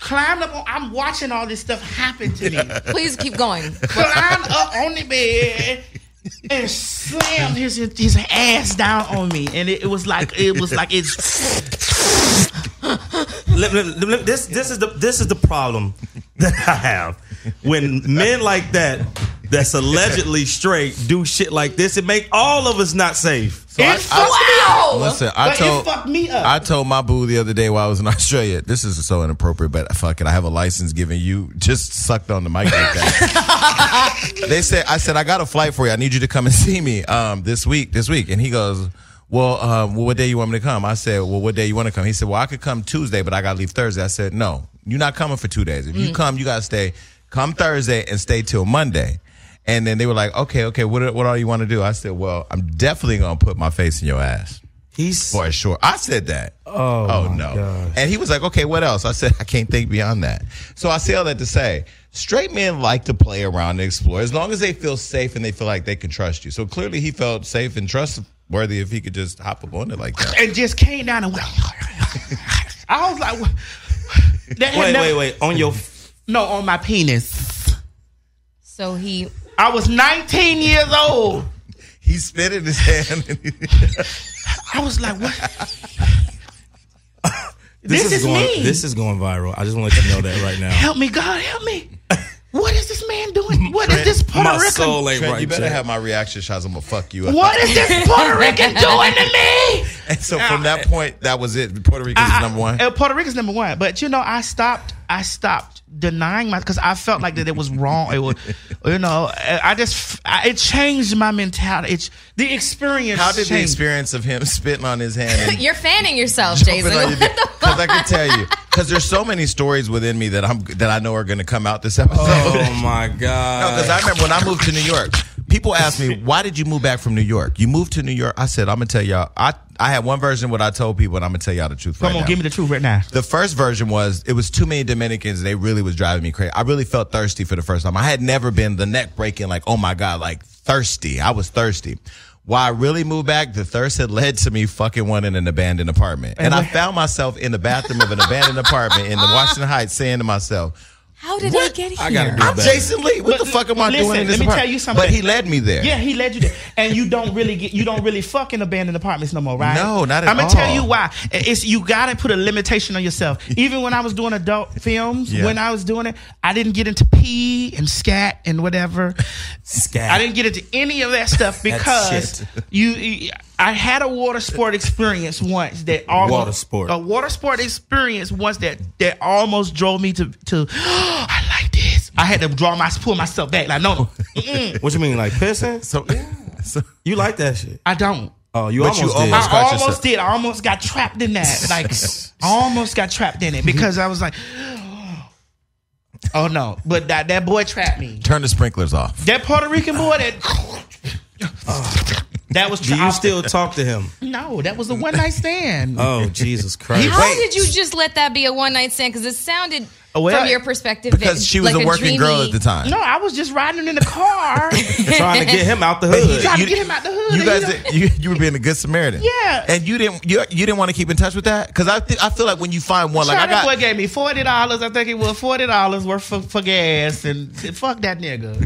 climbed up on I'm watching all this stuff happen to me. Please keep going. climbed up on the bed and slammed his his ass down on me. And it, it was like it was like it's Let- let- let- this this is the this is the problem [laughs] that I have when men like that that's allegedly straight do shit like this. It make all of us not safe. So I- It I- fucked me up. Listen, I But it told fucked me up. I told my boo the other day while I was in Australia. This is so inappropriate, but fuck it. I have a license given. You just sucked on the mic. [laughs] Like that. [laughs] they said, I said I got a flight for you. I need you to come and [laughs] see me um, this week. This week, and he goes. Well, uh, well, what day you want me to come? I said, well, what day you want to come? He said, well, I could come Tuesday, but I got to leave Thursday. I said, no, you're not coming for two days. If you come, you got to stay. Come Thursday and stay till Monday. And then they were like, okay, okay, what, what all you want to do? I said, well, I'm definitely going to put my face in your ass. He's For sure. I said that. Oh, no. gosh. And he was like, okay, what else? I said, I can't think beyond that. So I say all that to say, straight men like to play around and explore as long as they feel safe and they feel like they can trust you. So clearly he felt safe and trustworthy if he could just hop up on it like that. [laughs] and just came down and went. [laughs] I was like, that had wait nothing- wait wait on your No, on my penis. So he [coughs] I was 19 years old. He spit in his hand. And he, I was like, what? this, this, is, going me. this is going viral. I just want to let you know that right now. help me, God, help me. What is this man doing? What is this Puerto My Rican? soul ain't Trent, right. you better Jack. have my reaction shots. I'm going to fuck you up. What is this Puerto Rican doing to me? [laughs] And so from that point, that was it. Puerto Rico's I- number one. uh, Puerto Rico's number one. But you know, I stopped. I stopped denying my because I felt like that it was wrong. It was, you know, I I just I, it changed my mentality. It's the experience. How did the changed. experience of him spitting on his hand and you're fanning yourself, Jason. Because I can tell you, because there's so many stories within me that I'm that I know are going to come out this episode. [laughs] Oh my god. Because I remember when I moved to New York, people asked [laughs] me, "Why did you move back from New York? You moved to New York." I said, "I'm gonna tell y'all. I I had one version of what I told people, and I'm gonna tell y'all the truth." Come on, give me the truth right now. The first version was it was too many Dominicans and they really was driving me crazy. I really felt thirsty for the first time. I had never been the neck breaking like, oh my God, like thirsty. I was thirsty. Why I really moved back, the thirst had led to me fucking one in an abandoned apartment. And, I found myself in the bathroom of an abandoned apartment in the Washington Heights saying to myself, How did I get here? I gotta do I'm better. Jason Lee. What But the fuck am I listen, doing in this let me tell apartment? you something. But he led me there. Yeah, he led you there, and you don't really get you don't really fucking abandon apartments no more, right? No, not at I'm all. gonna tell you why. It's you gotta put a limitation on [laughs] yourself. Even when I was doing adult films, Yeah. when I was doing it, I didn't get into pee and scat and whatever. [laughs] Scat. I didn't get into any of that stuff because shit. you. I had a water sport experience once that almost Water sport. a water sport experience once that that almost drove me to [gasps] to I like this. I had to draw my pull myself back. Like [laughs] no, mm-mm, What you mean, like pissing? So, so You like that shit? I don't. Oh, you But almost you did. almost- I Scratch almost yourself. did. I almost got trapped in that. [laughs] Like, I almost got trapped in it because I was like, oh no. But that, that boy trapped me. turn the sprinklers off. That Puerto Rican boy that. uh, that was Do trapped. you still talk to him? No, that was a one night stand. Uh, [laughs] Oh, Jesus Christ! How did you just let that be a one night stand? Because it sounded, well, from your perspective, Oh, Because it- she was like a working dreamy- girl at the time. no, I was just riding in the [laughs] car trying to get him out the hood. trying to get him out the hood. You guys, know? did- you, you were being a good Samaritan. Yeah. and you didn't you, you didn't want to keep in touch with that because I think I feel like when you find one, like I China got boy gave me forty dollars. I think it was forty dollars worth for, for gas and said, fuck that nigga.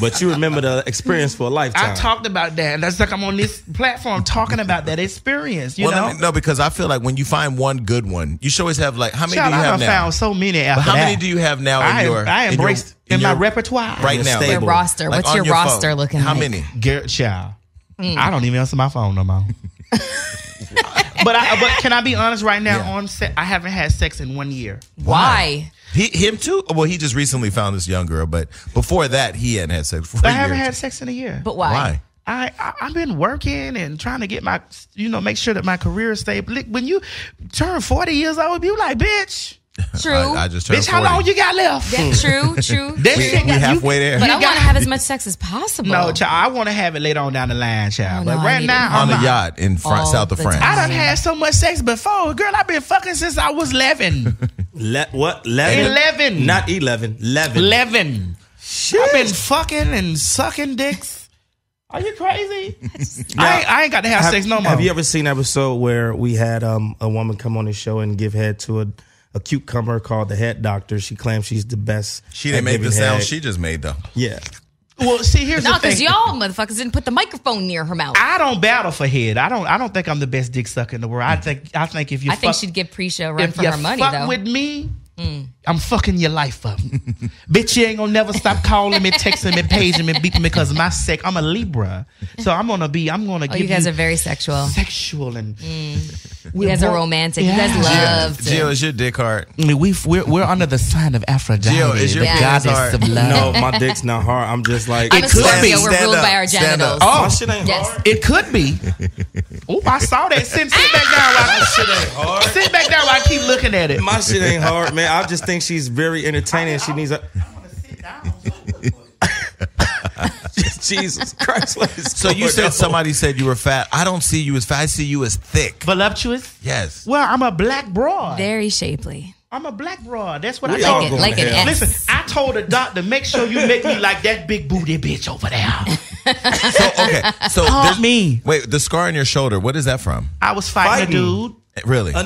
But you remember the experience for a lifetime. I talked about that, and that's like I'm on this platform talking about that experience. You well, know, I mean, no, because I feel like when you find one good one, you should always have like how many Child, do you I have done now? found so many after But how that. many do you have now I, in your? I in your- embraced Oh, in, your- my repertoire right now. Your roster. Like, What's on your, phone. roster looking How like? many? Girl, child, I don't even answer my phone no more. [laughs] but I, but can I be honest right now? Yeah. On set, I haven't had sex in one year. Why? He, him too? Well, he just recently found this young girl, but before that, he hadn't had sex. For I a year haven't or had two. sex in a year. But why? Why? I, I I've been working and trying to get my you know make sure that my career stay. Look, When you turn forty years old, you like bitch, True. I, I just turned bitch. How 40. long you got left? [laughs] That- true. True. That true. shit got- We you- halfway there. But I got- want to have as much sex as possible. No, child. I want to have it later on down the line, child. Oh, no, but I right need it. now, on I'm a not- yacht in fr- All south of the France. I done Yeah. had so much sex before, girl. I've been fucking since I was [laughs] eleven. Le- what? 11? Eleven. Not 11. 11. 11. I've been fucking and sucking dicks. Are you crazy? I, ain't, I ain't got to have, Have- sex no more. Have you ever seen an episode where we had um, a woman come on the show and give head to a, a cucumber called the head doctor? She claims she's the best. She didn't at make the giving sound head. she just made, though. yeah. well, see, here's No, the because thing. y'all motherfuckers didn't put the microphone near her mouth. I, I don't battle for head. I don't. I don't think I'm the best dick sucker in the world. I think. I think if you, think fuck, she'd get pre-show run if for you her money fuck though. Mm. with me, I'm fucking your life up. Bitch, you ain't gonna never stop calling me, texting me, paging me, beeping me because my sex. I'm a Libra, so I'm gonna be. I'm gonna oh, give you guys are very Mm. sexual. sexual and You guys are want- romantic. You Yeah. guys love. to- Gio, is your dick hard? I mean, we we're, we're under the sign of Aphrodite, Gio, is your the penis goddess hard? of love. No, my dick's not hard. [laughs] I'm just like. I'm a could be. Scorpio. We're Stand ruled up. by our Stand genitals. up. oh, my shit ain't Yes. hard. It could [laughs] be. Oh, I saw that. Sit, sit back down. While, [laughs] hard. sit back down while I keep looking at it. My shit ain't hard, man. I just think she's very entertaining. She needs a. [laughs] Jesus Christ! What is So you [laughs] going said on? somebody said you were fat. I don't see you as fat. I see you as thick. Voluptuous. yes. Well, I'm a black broad. Very shapely. I'm a black broad. That's what We I all told. Like, it, like going to an hell. S. Listen, I told the doctor, make sure you make me like that big booty bitch over there. So okay. So Taught there's- me. Wait, the scar on your shoulder. What is that from? I was fighting, a Fighting. dude. Really? I, I,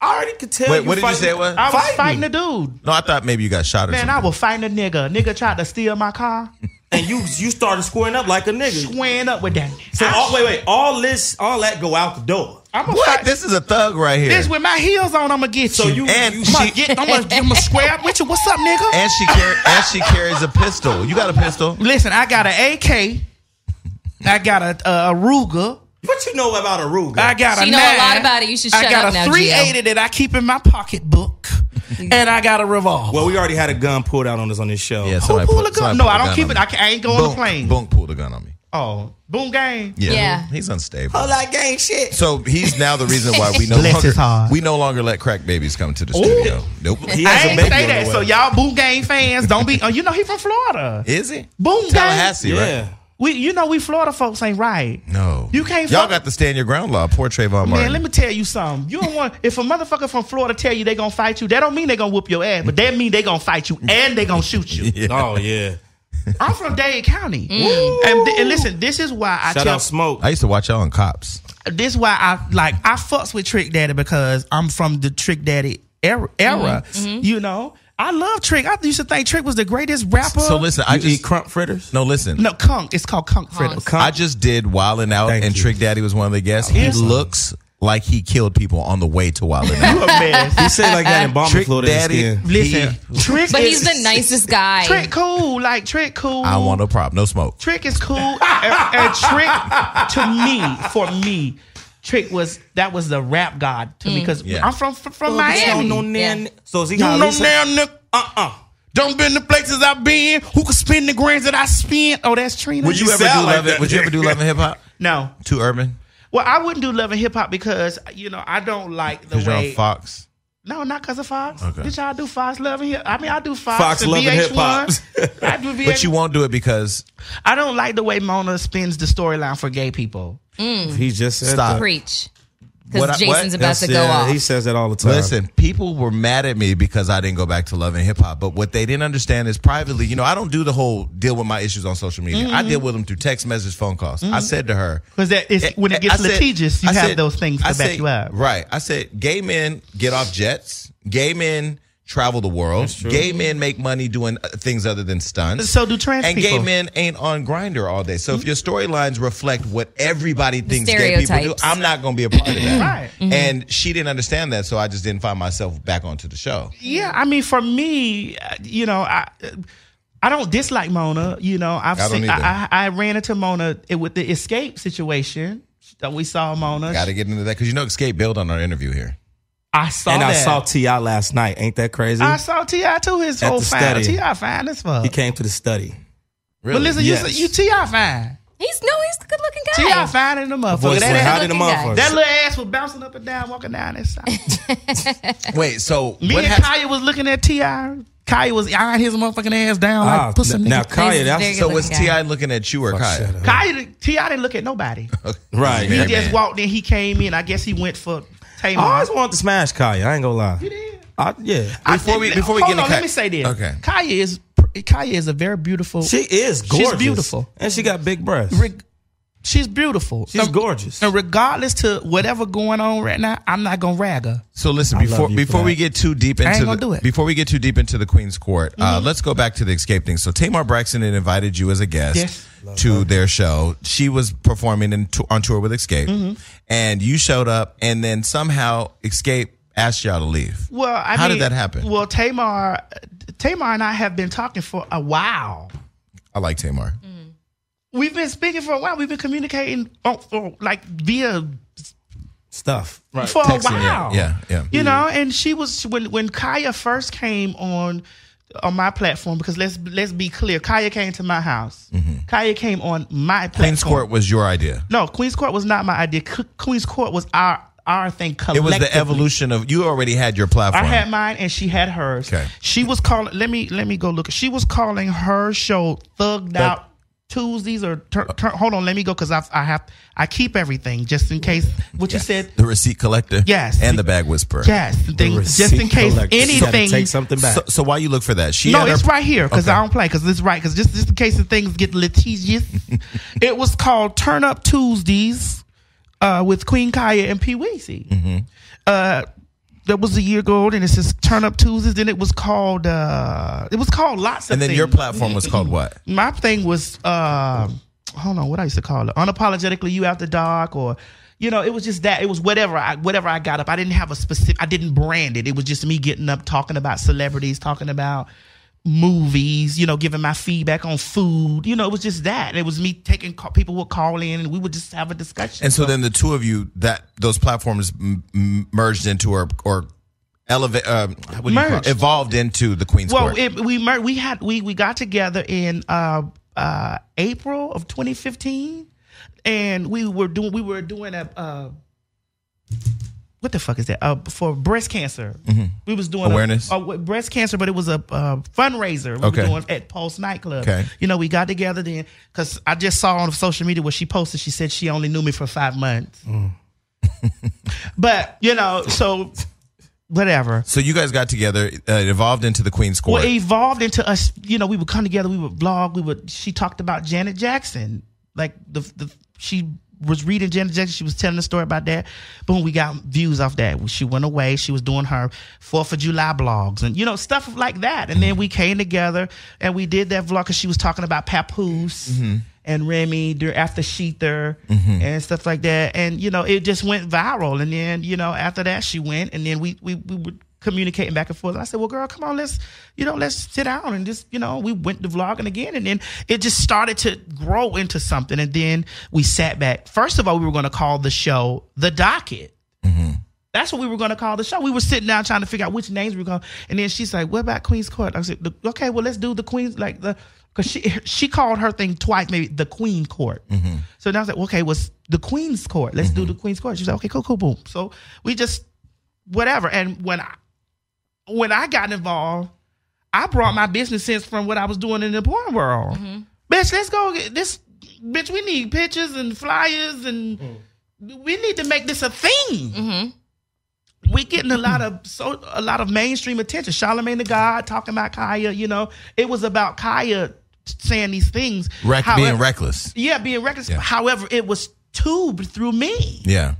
I already could tell. Wait, what did you fighting- say it was? I was Fighting. fighting, a dude. no, I thought maybe you got shot or Man, I something. was fighting a nigga. Nigga tried to steal my car. and you you started squaring up like a nigga. Went up with that. So all, wait, wait, all this, all that go out the door. I'm a what? fight. This, This is a thug right here. with my heels on, I'ma get So you, and you she I'ma get, I'ma, I'ma square up with you. What's up, nigga? and she car- and she carries a pistol. You got a pistol? Listen, I got an AK. I got a, a, a Ruger. what you know about Aruga? I got So a you know a nine. lot about it. You should I shut got up a now, Gio. 380 that I keep in my [laughs] pocketbook. and I got a revolver. well, we already had a gun pulled out on us on this show. Yeah, Who somebody pulled a put- gun? somebody No, put a I don't gun keep on it. me. I, can't, I ain't going Boom, to plane. Boom pulled a gun on me. Oh, boom game. Yeah. Yeah. He's unstable. all that gang shit. So he's now the reason why [laughs] we no Bless longer his heart. we no longer let crack babies come to the studio. Nope. He I has a ain't baby say on that. the So way. y'all boom game fans, don't [laughs] be. Oh, you know he from Florida. Is he? Boom gang. Tallahassee, yeah. right? We, you know, we Florida folks ain't right. No. You can't Y'all fuck- got the stand your ground law. Poor Trayvon Martin. [laughs] Man, let me tell you something. You don't want if a motherfucker from Florida tell you they gonna fight you, that don't mean they gonna whoop your ass, but that mean they gonna fight you and they gonna shoot you. Oh yeah. I'm from Dade County, Mm. and, th- and listen, this is why I Shout tell. out Smoke. I used to watch y'all on Cops. This is why I like I fucks with Trick Daddy because I'm from the Trick Daddy er, era. era You know, I love Trick. I used to think Trick was the greatest rapper. So listen, I you eat just crump fritters. no listen. no, uh, Kunk. It's called Kunk Fritters. Kongs. I just did Wildin' Out, Thank and you. Trick Daddy was one of the guests. He looks like he killed people on the way to Wilder Now. You a [laughs] mess. He say like that in bomber Trick flow that Daddy. skin. Listen, Trick But is, he's the nicest guy. Trick cool. Like Trick cool. I want a prop, no smoke. Trick is cool. and, and Trick to me, for me, Trick was that was the rap god to me because Yeah. I'm from from, from You Miami. don't know Yeah. nan- So is he You gonna know listen? now, nigga. Uh-uh. Don't been the places I've been. Who can spend the grands that I spent? Oh, that's Trina. Would you, You ever do sound like love it? that. Would you ever do love and hip hop? No. Too urban Well, I wouldn't do love and hip hop because you know I don't like the because you're on way. Fox. No, not because of Fox. Okay. Did y'all do Fox Love and Hip? I mean, I do Fox, Fox and Love and Hip Hop. VH1. [laughs] I do VH1. But you won't do it because I don't like the way Mona spins the storyline for gay people. He just said Stop. that. Preach. What I- Because Jason's what? about to go Yeah, off. He says that all the time. listen, people were mad at me because I didn't go back to love and hip hop. But what they didn't understand is privately, you know, I don't do the whole deal with my issues on social media. Mm-hmm. I deal with them through text message, phone calls. I said to her, eh, Because that is Mm-hmm. when it I gets said- litigious, you I have said- those things to I back said- you up. Right. I said, gay men get off jets. Gay men travel the world. Gay men make money doing uh, things other than stunts. So do trans and people. gay men ain't on grinder all day. So if your storylines reflect what everybody thinks gay people do, stereotypes. I'm not going to be a part of that. Right. And she didn't understand that, so I just didn't find myself back onto the show. Yeah, I mean, for me, uh, you know, I. I don't dislike Mona, you know. I've I don't seen. either. I, I, I ran into Mona it, with the escape situation that we saw Mona. Got to get into that because you know Escape built on our interview here. I saw and that. I saw Ti last night. Ain't that crazy? I saw Ti too. His At whole the fine. study. Ti fine as fuck. he came to the study. Really? But listen, Yes. you you Ti fine. he's no, he's a good looking guy. Ti fine in the motherfucker. Voice That, went ass- hot in the looking guy. motherfucker. that little ass was bouncing up and down, walking down that [laughs] side. wait. So Me what and happened? Kaya was looking at Ti. Kaya was eyeing his motherfucking ass down Ah, like pussy. n- now Now, Kaya, He's that's very So was looking Ti guy. looking at you or shut Kaya? up. Kaya Ti didn't look at nobody. right. He Yeah, just man. walked in. He came in. I guess he went for Tamar. I always wanted to smash Kaya. I ain't gonna lie. did. I, yeah, I- Before we- before we hold get into on, Ka- let me say this. Okay. Kaya is Kaya is a very beautiful. she is gorgeous. beautiful. and she got big breasts. reg- she's beautiful. She's Um, gorgeous. And regardless to whatever going on right now, I'm not gonna rag her. So listen, I love before you for before that. we get too deep ain't into gonna the, do it. Mm-hmm. before we get too deep into the Queen's Court, uh, let's go back to the escape thing. So Tamar Braxton had invited you as a guest Yes. to their show. She was performing in, to, on tour with Escape, Mm-hmm. and you showed up, and then somehow Escape asked y'all to leave. Well, I how mean, did that happen? Well, Tamar, Tamar and I have been talking for a while. I like Tamar. We've been speaking for a while. We've been communicating on, for like via Stuff. Right. for a Texting, yeah, while. yeah, yeah. You know, and she was when when Kaya first came on on my platform because let's let's be clear, Kaya came to my house. Kaya came on my platform. Mm-hmm. Queen's Court was your idea. No, Queen's Court was not my idea. Qu- Queen's Court was our our thing. It was the collectively. evolution of you already had your platform. I had mine and she had hers. Okay. She was calling. Let me let me go look. She was calling her show "Thugged Out." Tuesdays or tur- tur- hold on, let me go because I I have I keep everything just in case. What you said, the receipt collector, Yes. and the bag whisperer, yes, thing- just in case anything. Take something back. So, so why you look for that? She no, had her- it's right here because Okay. I don't play because it's right because just just in case the things get [laughs] litigious. it was called Turn Up Tuesdays uh, with Queen Kaya and Pee Weezy. Mm-hmm. Uh, that was a year old, and it says Turn Up Tuesdays. Then it was called uh, it was called lots of. And then things. your platform was called what? My thing was uh, hold on, what I used to call it unapologetically you out the dark or. You know, it was just that. It was whatever I whatever I got up. I didn't have a specific. I didn't brand it. It was just me getting up, talking about celebrities, talking about movies. You know, giving my feedback on food. You know, it was just that. It was me taking call, people would call in and we would just have a discussion. And so then the two of you that those platforms m- m- merged into or or elevate uh, what do you call it? Merged. evolved into the Queen's well, Court. it, we mer- we had we we got together in uh, uh, April of 2015, and we were doing we were doing a. Uh, what the fuck is that? Uh, for breast cancer, we was doing a- Mm-hmm. Awareness? a, w- breast cancer, but it was a uh, fundraiser we Okay. were doing at Pulse nightclub. Okay. You know, we got together then because I just saw on social media what she posted. She said she only knew me for five months, Mm. [laughs] but you know, so whatever. so you guys got together, uh, it evolved into the Queen's Court. Well, it evolved into us. You know, we would come together. We would vlog. We would. She talked about Janet Jackson. Like the the she was reading Janet Jackson. She was telling a story about that. But when we got views off that, she went away. She was doing her Fourth of July blogs and you know stuff like that. And then we came together and we did that vlog because she was talking about papoose. and Remy dur- after Sheether and stuff like that. And you know, it just went viral. And then you know, after that, she went, and then we we we were communicating back and forth. And I said, "Well, girl, come on, let's you know, let's sit down and just you know." We went to vlogging again, and then it just started to grow into something. And then we sat back. First of all, we were going to call the show the Docket. That's what we were going to call the show. We were sitting down trying to figure out which names we were going. to And then she's like, "What about Queen's Court?" I said, "The- "Okay, well, let's do the Queen's like the because she [laughs] she called her thing twice, maybe the Queen Court." So now I was like, "Okay, was the Queen's Court? Let's do the Queen's Court." She's like, "Okay, cool, cool, boom." So we just whatever. And when I when I got involved, I brought my business sense from what I was doing in the porn world. Bitch, let's go get this. Bitch, we need pictures and flyers, and we need to make this a thing we getting a lot of so a lot of mainstream attention. Charlemagne the God talking about Kaya, you know, it was about Kaya saying these things, Rec- However- being reckless. Yeah, being reckless. However, it was tubed through me, Yeah.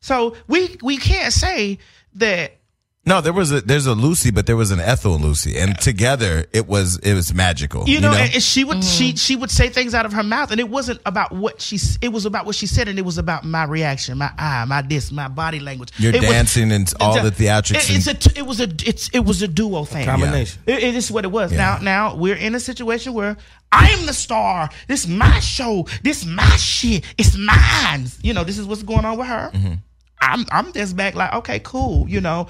so we we can't say that. No, there was a there's a Lucy, but there was an Ethel and Lucy, and together it was it was magical. You know, and- and she would she Mm. she would say things out of her mouth, and it wasn't about what she s- it was about what she said, and it was about my reaction, my eye, my this, my body language. You're It was- dancing and all the theatrics. It, it's and- a t- it was a it's it was a duo thing. Combination. It, it is what it was. Now, now we're in a situation where I'm the star. This my show. This my shit. It's mine. You know, this is what's going on with her. Mm-hmm. I'm I'm just back like, okay, cool. You know,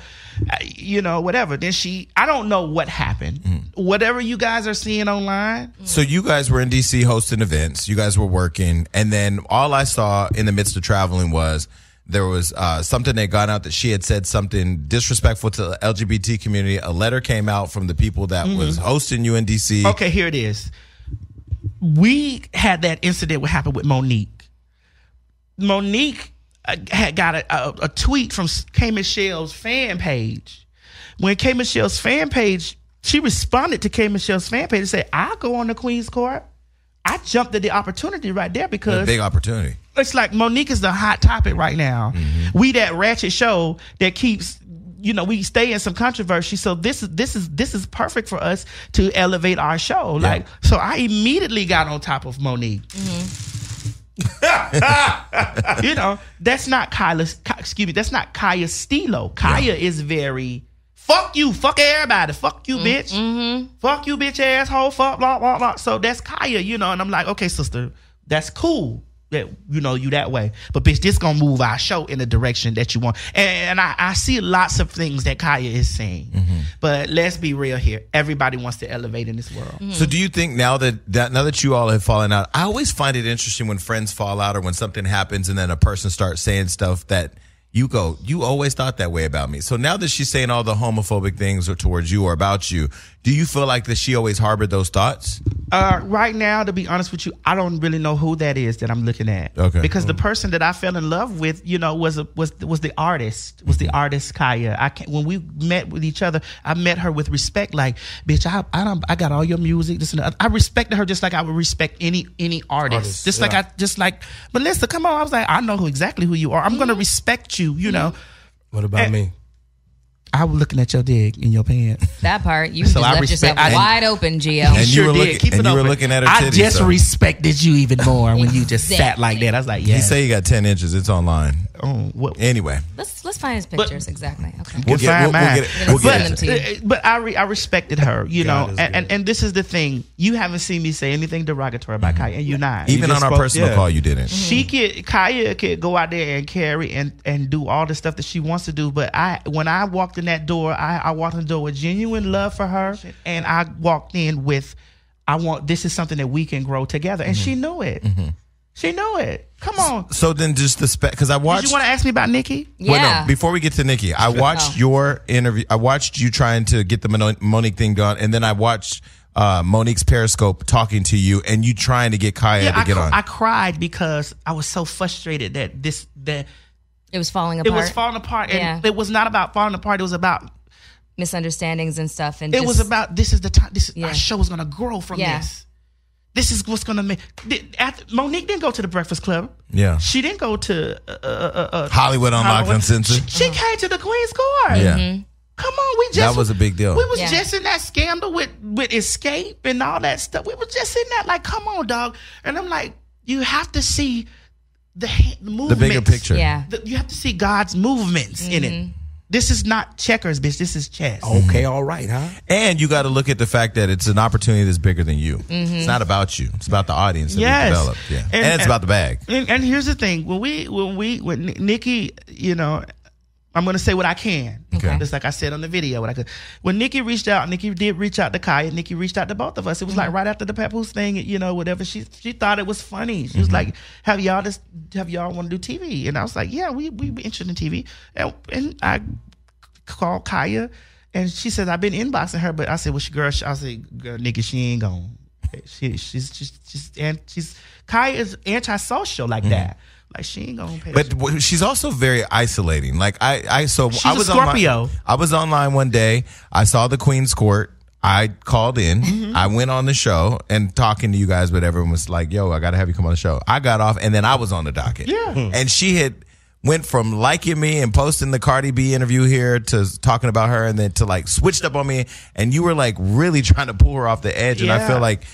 uh, you know, whatever. Then she, I don't know what happened. Mm. Whatever you guys are seeing online, So you guys were in DC hosting events. You guys were working, and then all I saw in the midst of traveling was there was uh, something that got out that she had said something disrespectful to the LGBT community. A letter came out from the people that was hosting you in DC. Okay, here it is. We had that incident what happened with Monique. Monique uh, had got a, a, a tweet from K Michelle's fan page. When K Michelle's fan page, she responded to K Michelle's fan page and said, "I'll go on the Queen's Court." I jumped at the opportunity right there A because big opportunity. it's like Monique is the hot topic right now. We that ratchet show that keeps you know we stay in some controversy. So this is this is this is perfect for us to elevate our show. Like so, I immediately got on top of Monique. [laughs] you know that's not Kyla. Ki- Excuse me, that's not Kaya Stilo. Kaya is very. Fuck you, fuck everybody, fuck you, bitch, fuck you, bitch, asshole, fuck, blah, blah, blah. So that's Kaya, you know, and I'm like, okay, sister, that's cool that you know you that way, but bitch, this gonna move our show in the direction that you want. And, and I, I see lots of things that Kaya is saying, but let's be real here. Everybody wants to elevate in this world. So do you think now that, that now that you all have fallen out, I always find it interesting when friends fall out or when something happens and then a person starts saying stuff that you go, you always thought that way about me. So now that she's saying all the homophobic things or towards you or about you, do you feel like that she always harbored those thoughts? Uh, right now, to be honest with you, I don't really know who that is that I'm looking at. Okay. Because Mm-hmm. the person that I fell in love with, you know, was a, was was the artist, was Mm-hmm. the artist Kaya. I can when we met with each other, I met her with respect. Like, bitch, I I, don't, I got all your music. This and that. I respected her just like I would respect any any artist. Artist, just like yeah. I just like Melissa. Come on, I was like, I know who exactly who you are. I'm gonna Mm-hmm. respect you. You know, What about me? I was looking at your dick in your pants. That part, you just I left respect- yourself I- wide open, Gio. And you were looking- and you were looking at her I titties, just so- respected you even more when you just sat like that. I was like, yeah. You say you got 10 inches. It's online. Oh, what- Anyway, Let's let's find his pictures exactly. Okay. we'll find get, we'll, we'll mine. get it. We'll Send get them it. to you. Uh, But I, re- I respected her, you God know. is And, and good. and this is the thing: you haven't seen me say anything derogatory about Kaya, and you're not. Even You on just our spoke- personal yeah. Mm-hmm. call, you didn't. she could Kaya could go out there and carry and and do all the stuff that she wants to do. But I when I walked in that door, I, I walked in the door with genuine love for her, and I walked in with I want this is something that we can grow together, and she knew it. She knew it. Come on, So then just the spec, because I did watched. you want to ask me about Nikki? Well, Yeah. no, before we get to Nikki, I watched Oh. your interview. I watched you trying to get the Mono- Monique thing done, and then I watched uh, Monique's Periscope talking to you, and you trying to get Kaya to I, get cr- on. I cried because I was so frustrated that this that it was falling it apart. was falling apart, and Yeah. it was not about falling apart. It was about misunderstandings and stuff. And It just- was about this is the time. This Yeah. our show is gonna grow from Yeah. this. This is what's gonna make. Did, after, Monique didn't go to the Breakfast Club. Yeah. she didn't go to uh, uh, uh, uh, Hollywood Unlocked Hollywood. Mm-hmm. Uncensored. She, she came to the Queen's Court. Yeah. Come on, we just That was a big deal. We was Yeah. just in that scandal with with escape and all that stuff. We was just in that like, come on, dog. And I'm like, you have to see the ha- movements. The bigger picture. Yeah. The- you have to see God's movements in it. This is not checkers, bitch. This is chess. Mm-hmm. Okay, all right, huh? And you got to look at the fact that it's an opportunity that's bigger than you. It's not about you. It's about the audience that Mm-hmm. Yes. we developed. Yeah. And, And- it's and- about the bag. And, and here's the thing: when we, when we, when Ni- Nikki, you know, I'm gonna say what I can. Okay. Just like I said on the video, what I could. When Nikki reached out, Nikki did reach out to Kaya. Nikki reached out to both of us. It was like right after the Papoose thing, you know, whatever. She she thought it was funny. She was like, "Have y'all just have y'all want to do TV?" And I was like, "Yeah, we we be interested in TV." And, and I called Kaya, and she says I've been inboxing her, but I said, "Well, she girl," she- I said, "Girl, Nikki, she ain't gone. She she's she's she's and she's Kaya is antisocial like that. Like she ain't gonna pay." Mm-hmm. But w- she's also very isolating. Like I, I so She's I a was Scorpio. Online, I was online one day. I saw the Queen's Court. I called in. Mm-hmm. I went on the show and talking to you guys, but everyone was like, "Yo, I gotta have you come on the show." I got off, and then I was on the docket. Yeah. Mhm. and she had went from liking me and posting the Cardi B interview here to talking about her, and then to like switched up on me, and you were like really trying to pull her off the edge, and I Yeah. feel like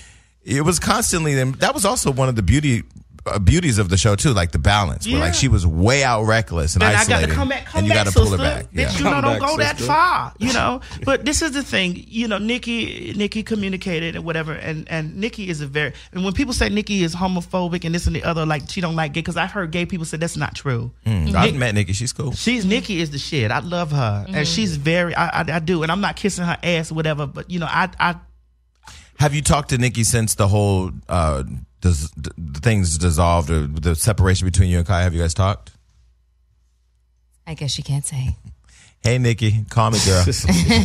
it was constantly. And that was also one of the beauty. Uh, beauties of the show too, like the balance. Where like Yeah. she was way out reckless and Then I got isolated, to come back, come and you back, gotta sister. pull her back. Bitch, you Yeah. know, Come don't back, go that sister. far, you [laughs] know. but this is the thing, you know. Nikki, Nikki communicated and whatever, and and Nikki is a very. And when people say Nikki is homophobic and this and the other, like she don't like gay, because I've heard gay people say that's not true. Hmm. I've met Nikki; she's cool. She's Nikki is the shit. I love her, and she's very. I, I I do, and I'm not kissing her ass or whatever, but you know, I I Have you talked to Nikki since the whole uh, dis- d- things dissolved or the separation between you and Kai? Have you guys talked? I guess you can't say. Hey, Nikki, call me, girl.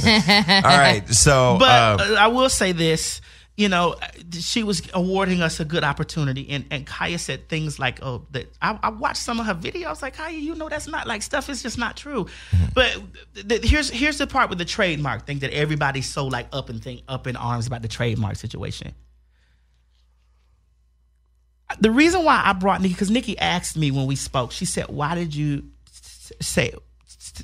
[laughs] All right, so But uh, uh, I will say this. You know, she was awarding us a good opportunity, and, and Kaya said things like, "Oh, that I, I watched some of her videos. Like, Kaya, you know, that's not like stuff. It's just not true." But th- th- here's here's the part with the trademark thing that everybody's so like up and thing up in arms about the trademark situation. The reason why I brought Nikki because Nikki asked me when we spoke. She said, "Why did you s- say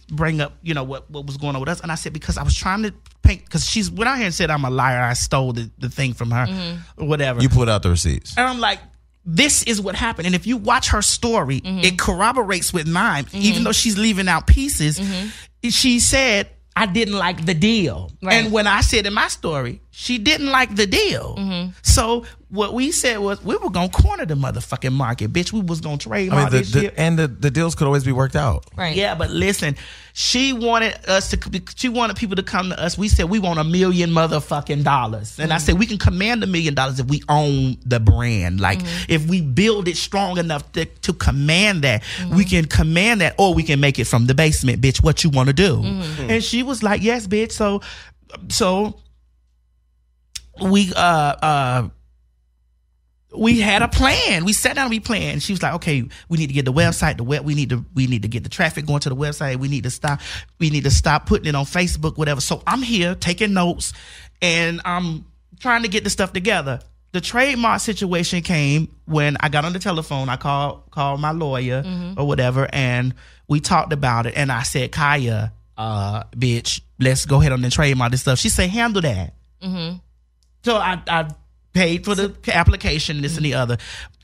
bring up, you know, what, what was going on with us. And I said, because I was trying to paint, because she's went out here and said, I'm a liar. I stole the, the thing from her or whatever. you pulled out the receipts. and I'm like, this is what happened. And if you watch her story, it corroborates with mine, even though she's leaving out pieces. She said, I didn't like the deal. Right. And when I said in my story, she didn't like the deal. So what we said was, we were going to corner the motherfucking market, bitch. We was going to trade I mean, the, this shit. the, and the, the deals could always be worked out. Right. Yeah, but listen, she wanted us to. She wanted people to come to us. We said we want a million motherfucking dollars, and I said we can command a million dollars if we own the brand. Like if we build it strong enough to, to command that, we can command that, or we can make it from the basement, bitch. What you want to do? And she was like, "Yes, bitch." So, so we uh uh we had a plan. We sat down and we planned. She was like, "Okay, we need to get the website. The web. We need to. We need to get the traffic going to the website. We need to stop. We need to stop putting it on Facebook, whatever." So I'm here taking notes, and I'm trying to get the stuff together. The trademark situation came when I got on the telephone. I called called my lawyer or whatever, and we talked about it. And I said, "Kaya, uh, bitch, let's go ahead on the trademark this stuff." She said, "Handle that." So I, I paid for the application, this and the other.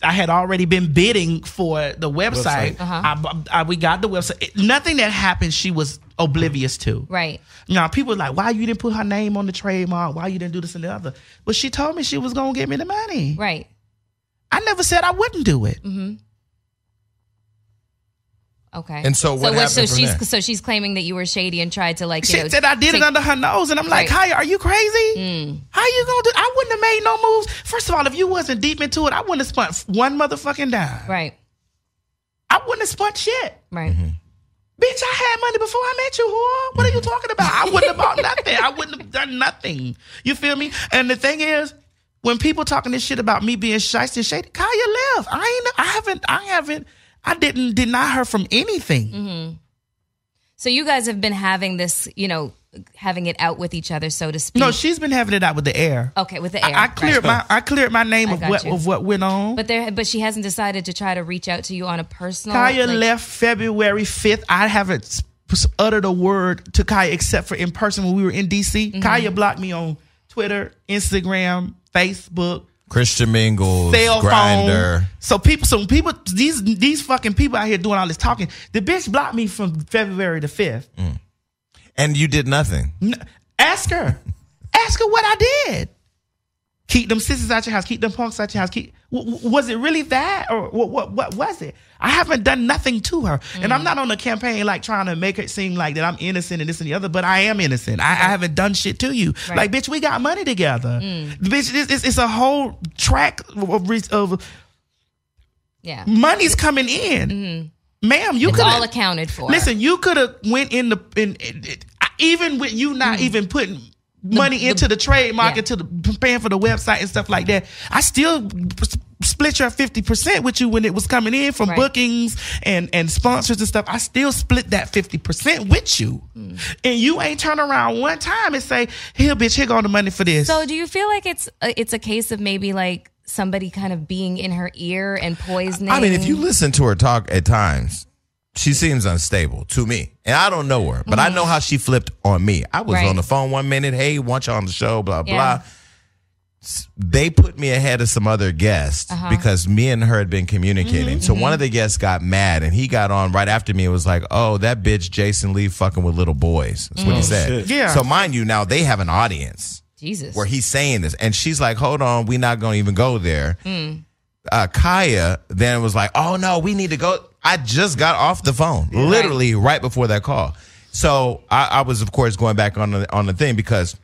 I had already been bidding for the website. Uh-huh. I, I- we got the website. It- nothing that happened, she was oblivious to. Right. Now people like, why you didn't put her name on the trademark? Why you didn't do this and the other? But she told me she was gonna give me the money. Right. Mm-hmm. I never said I wouldn't do it. Okay. And so what So happened from she's there? so she's claiming that you were shady and tried to like you She know, said I did it take- under her nose, and I'm like, Right. Mm. Kaya, are you crazy? How you gonna do? I wouldn't have made no moves. First of all, if you wasn't deep into it, I wouldn't have spent one motherfucking dime. Right. I wouldn't have spent shit. Right. Bitch, I had money before I met you, whore. What are you talking about? I wouldn't have bought nothing. I wouldn't have done nothing. You feel me? And the thing is, when people talking this shit about me being shiesty and shady, Kaya left. I ain't. I haven't. I haven't. I didn't deny her from anything. Mm-hmm. So you guys have been having this, you know, having it out with each other, so to speak. No, she's been having it out with the air. okay, with the Oh, air. I, I right. cleared my. I cleared my name I of got what you. of what went on. But there, but she hasn't decided to try to reach out to you on a personal. Kaya like- left February fifth. I haven't s- s- uttered a word to Kaya except for in person when we were in DC. Kaya blocked me on Twitter, Instagram, Facebook, Christian Mingle, cell Grinder. phone. So people, some people, these these fucking people out here doing all this talking. The bitch blocked me from February the fifth. And you did nothing. N- Ask her. Ask her what I did. Keep them sisters out your house. Keep them punks out your house. Keep. W- w- was it really that, or what? What? What was it? I haven't done nothing to her, and Mm. I'm not on the campaign like trying to make it seem like that I'm innocent and this and the other. But I am innocent. I, I haven't done shit to you. Like, bitch, we got money together. Mm. Bitch, it's, it's, it's a whole track of, re- of Yeah. money's coming in, ma'am. You Mm-hmm. It's could all accounted for. Listen, you could have went in the in, in- in- even with you not even putting money Mm. the- into the trademark, yeah. into the paying for the website and stuff like that. I still s- split your fifty percent with you when it was coming in from Right. bookings and and sponsors and stuff. I still split that fifty percent with you, Mm. and you ain't turn around one time and say, "Here, bitch, here go the money for this." So do you feel like it's a, it's a case of maybe like somebody kind of being in her ear and poisoning? I mean, if you listen to her talk at times, she seems unstable to me. And I don't know her, but I know how she flipped on me. I was Mm-hmm. Right. on the phone one minute, hey, want you on the show, blah, Yeah. blah. S- They put me ahead of some other guests Uh-huh. because me and her had been communicating. so Mm-hmm, one of the guests got mad and he got on right after me and was like, Oh, that bitch Jason Lee fucking with little boys. That's Mm. what he said. shit. Yeah. So mind you, now they have an audience Jesus, where he's saying this, and she's like, "Hold on, we're not going to even go there." Uh, Kaya then was like, "Oh no, we need to go." I just got off the phone, literally right before that call. So I, I was, of course, going back on the on the thing because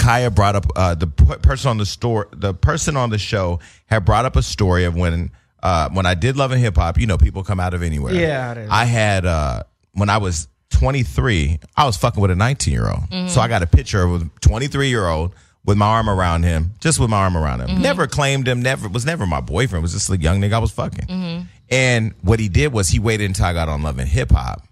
Kaya brought up uh, the p- person on the store. The person on the show had brought up a story of when uh, when I did Love and Hip Hop. You know, people come out of anywhere. Yeah, it is. I had uh, when I was 23. I was fucking with a 19 year old. So I got a picture of a 23 year old with my arm around him, just with my arm around him. Never claimed him. Never was never my boyfriend. Was just a young nigga I was fucking. And what he did was he waited until I got on Love and Hip Hop.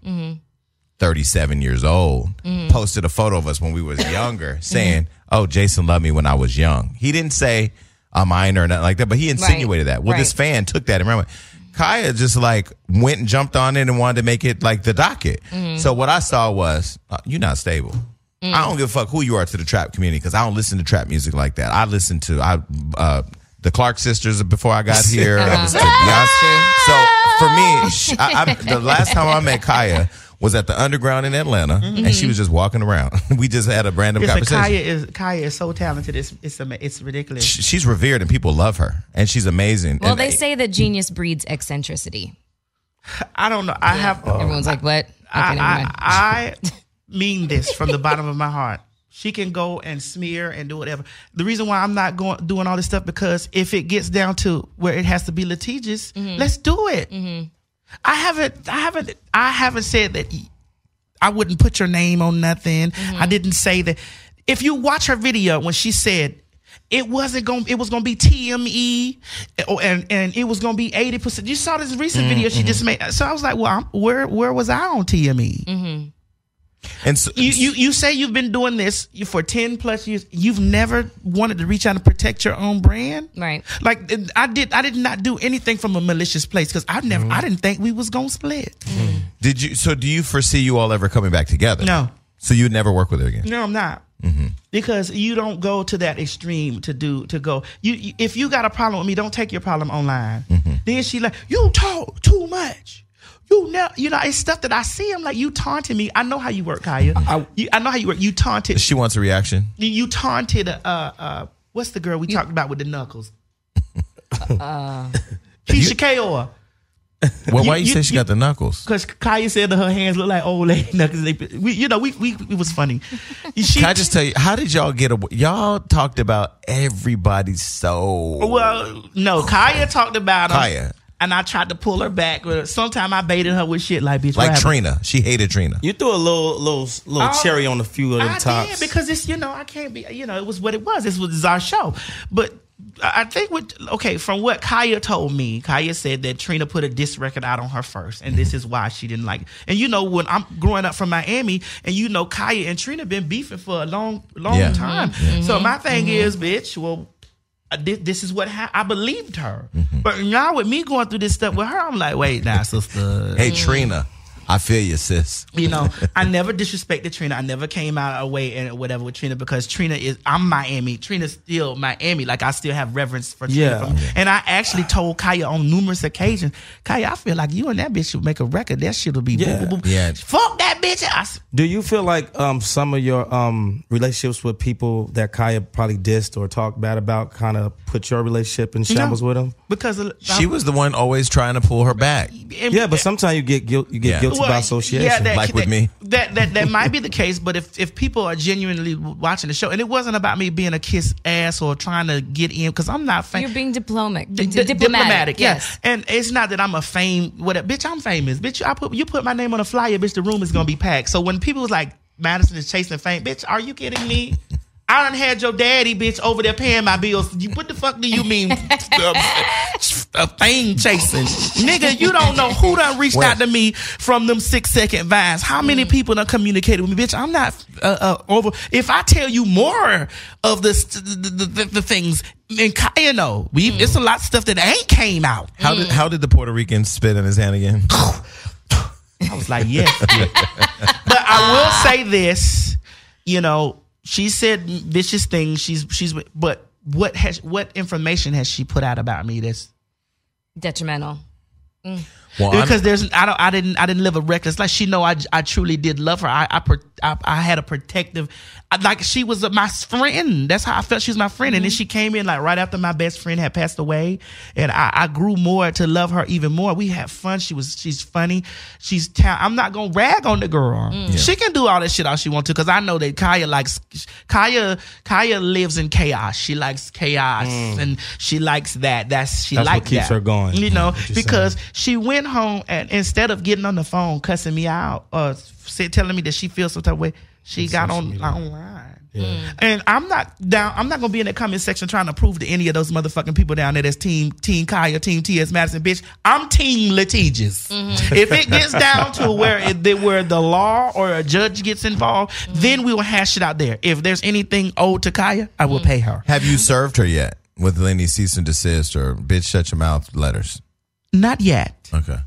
37 years old posted a photo of us when we was younger saying oh jason loved me when i was young he didn't say a minor or nothing like that but he insinuated that well this right. fan took that and ran with it. kaya just like went and jumped on it and wanted to make it like the docket so what i saw was uh, you're not stable i don't give a fuck who you are to the trap community because i don't listen to trap music like that i listen to i uh the Clark sisters before I got here. I listened to Beyonce. So for me, sh I, I, the last time I met Kaya was at the underground in Atlanta, and she was just walking around. [laughs] we just had a random Listen, conversation. Kaya is Kaya is so talented. It's it's ama- it's ridiculous. Sh- She's revered and people love her, and she's amazing. Well, And they say that genius breeds eccentricity. I don't know. I have. Everyone's like, "What?" Okay, never mind. Oh, I, I mean this from the bottom of my heart. She can go and smear and do whatever. The reason why I'm not going doing all this stuff because if it gets down to where it has to be litigious, Mm-hmm. let's do it. I haven't, I haven't, I haven't said that I wouldn't put your name on nothing. Mm-hmm. I didn't say that. If you watch her video when she said it wasn't going, to it was going to be TME, or- oh, and and it was going to be eighty percent. You saw this recent Mm-hmm. video she just made. So I was like, well, I'm, where where was I on E? TME? and so, You, you you say you've been doing this for ten plus years. You've never wanted to reach out and protect your own brand, Right. Like I did, I did not do anything from a malicious place because I never, I didn't think we was gonna split. did you? So do you foresee you all ever coming back together? No. So you'd never work with her again. No, I'm not. Because you don't go to that extreme to do to go. You, you if you got a problem with me, don't take your problem online. Then she like you talk too much. You know, you know, it's stuff that I see. I'm like, you taunted me. I know how you work, Kaya. I, you, I know how you work. You taunted. She wants a reaction. You, you taunted. Uh, uh, what's the girl we talked about with the knuckles? Keisha Kaor. Well, why you, You- say you- she you- got the knuckles? Because Kaya said that her hands look like old lady knuckles. They, we, you know, we, we it was [laughs] funny. She, Can I just tell you how did y'all get? Away? Y'all talked about everybody's soul. Well, no, Kaya talked about him. Kaya. And I tried to pull her back. Sometimes I baited her with shit like, bitch, what like happened? Trina, she hated Trina. You threw a little little little Oh, cherry on a few of them I tops. did because it's you know I can't be you know it was what it was. This was our show, but I I think what okay from what Kaya told me, Kaya said that Trina put a diss record out on her first, and this is why she didn't like. It. And you know when I'm growing up from Miami, and you know Kaya and Trina been beefing for a long long Yeah. time. So my thing is, bitch, well. uh, This, this is what ha- I believed her, but now with me going through this stuff with her, I'm like, wait, now, sister. Hey, Trina. I feel you, sis. You know, I never disrespected Trina. I never came out away and whatever with Trina because Trina is I'm Miami. Trina's still Miami. Like I still have reverence for Trina. Yeah. from- and I actually told Kaya on numerous occasions, Kaya, I feel like you and that bitch should make a record. That shit'll be Yeah. boo, boo, boo. Yeah. Fuck that bitch. I s- Do you feel like um, some of your um, relationships with people that Kaya probably dissed or talked bad about kind of put your relationship in shambles No. with them? because of, She was the one always trying to pull her back. and- Yeah, but sometimes you get guilt, you get Yeah. guilty by Well, association. that, like with that- me. That that that might be the case, but if if people are genuinely watching the show, and it wasn't about me being a kiss ass or trying to get in, because I'm not fam- You're being diplomatic. di- Di- di- diplomatic, yeah. yes. And it's not that I'm a fame. What, bitch? I'm famous, bitch. I put you put my name on a flyer, bitch. The room is gonna be packed. So when people was like, Madison is chasing fame, bitch. Are you kidding [laughs] me? I done had your daddy, bitch, over there paying my bills. You what the fuck do you mean? [laughs] a fame chasing, nigga. You don't know who done reached out to me from them six second vines. How many people done communicated with me, bitch? I'm not uh, uh, over. If I tell you more of the st- the, the, the, the things, and you know, we it's a lot of stuff that ain't came out. How did how did the Puerto Rican spit in his hand [laughs] again? I was like, yes. bitch. but I will say this, you know, she said vicious things. She's she's but what has what information has she put out about me that's Detrimental. Well, I'm- because there's I don't I didn't I didn't live a reckless life. She know I, I truly did love her. I I pro- I, I had a protective I- like she was my friend. That's how I felt. She was my friend, and then she came in like right after my best friend had passed away, and I, I grew more to love her even more. We had fun. She was she's funny. She's ta- I'm not gonna rag on the girl. She can do all that shit all she wants to because I know that Kaya likes Kaya Kaya lives in chaos. She likes chaos and she likes that. That's she That's what likes keeps that. her going. You know What you're saying. because she went home and instead of getting on the phone cussing me out or say, telling me that she feels some type of way, she got on online. Mm. And I'm not down. I'm not gonna be in the comment section trying to prove to any of those motherfucking people down there that's team Team Kaya, Team T.S. Madison, bitch. I'm Team Litigious. Mm-hmm. If it gets down to where it, that where the law or a judge gets involved, Mm-hmm. then we will hash it out there. If there's anything owed to Kaya, I Mm. will pay her. have you served her yet with any cease and desist or bitch shut your mouth letters? Not yet. Okay.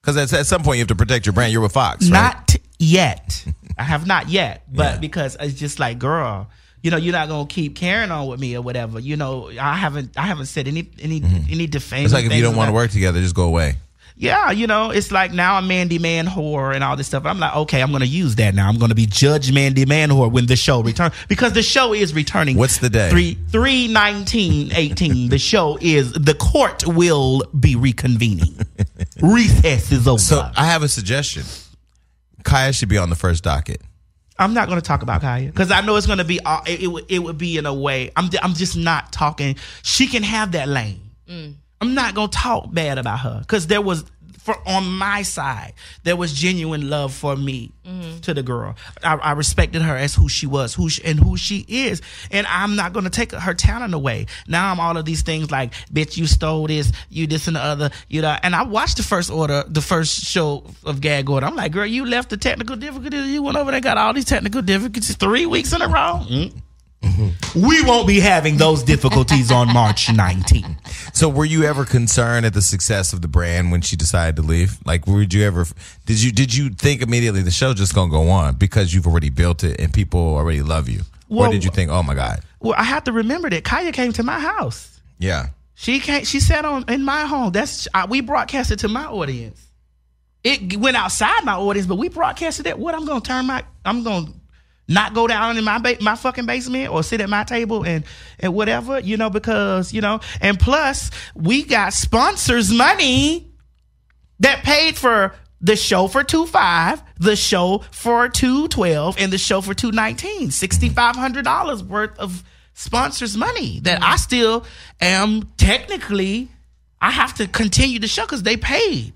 Because at, at some point you have to protect your brand. You're with Fox, right? Not yet. [laughs] I have not yet, but because it's just like, girl, you know, you're not gonna keep carrying on with me or whatever. You know, I haven't, I haven't said any, any, any defaming. Mm-hmm. It's like if you things don't want to about- work together, just go away. Yeah, you know, it's like now I'm Mandy Man whore and all this stuff. I'm like, okay, I'm gonna use that now. I'm gonna be Judge Mandy Man whore when the show returns because the show is returning. What's the day? Three, three, nineteen, eighteen. the show is the court will be [laughs] reconvening. Recess is over. So I have a suggestion. Kaya should be on the first docket. I'm not going to talk about Kaya because I know it's going to be all- it, it would it would be in a way. I'm I'm just not talking. She can have that lane. I'm not going to talk bad about her because there was for on my side there was genuine love for me to the girl. I, I respected her as who she was, who she, and who she is, and I'm not going to take her talent away. Now I'm all of these things like bitch, you stole this, you this and the other, you know. And I watched the first order, the first show of Gag Order. I'm like, girl, you left the technical difficulties. You went over there, got all these technical difficulties three weeks in a row. We won't be having those difficulties on March 19th. So were you ever concerned at the success of the brand when she decided to leave? Like, would you ever? Did you did you think immediately the show's just gonna go on because you've already built it and people already love you? Well, or did you think, oh my god, Well, I have to remember that Kaya came to my house. yeah, She came. She sat on in my home. That's I, we broadcasted to my audience. It went outside my audience, but we broadcasted that. What I'm gonna turn my I'm gonna not go down in my ba- my fucking basement or sit at my table and and whatever you know because you know and plus we got sponsors money that paid for the show for 25 the show for 212 and the show for 219 $6500 worth of sponsors money that i still am technically i have to continue the show because they paid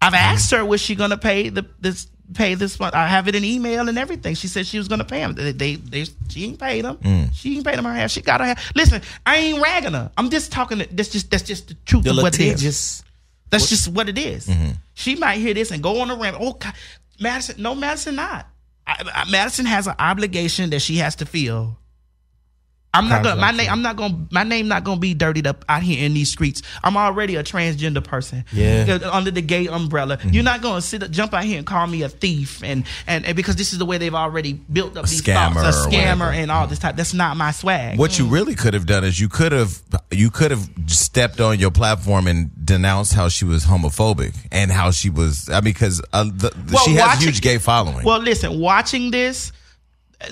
i've asked her was she going to pay the this pay this month i have it in email and everything she said she was going to pay them they, they, they- she ain't paid them she ain't paid them her half she got her half listen i ain't ragging her i'm just talking that's just that's just the truth The of what it is litigious. that's just what it is. Mm-hmm. She might hear this and go on the ramp. Oh, God. Madison, no, Madison, not. I, I- Madison has an obligation that she has to feel I'm not gonna my Contract. name. I'm not gonna my name not gonna be dirtied up out here in these streets. I'm already a transgender person. Yeah. Uh, under the gay umbrella, Mm-hmm. you're not gonna sit up, jump out here and call me a thief and, and and because this is the way they've already built up these scammer thoughts, or a scammer whatever. and all this type. That's not my swag. What you really could have done is you could have you could have stepped on your platform and denounced how she was homophobic and how she was I mean, because uh, the, Well, she has a watching- huge gay following. Well, listen, watching this,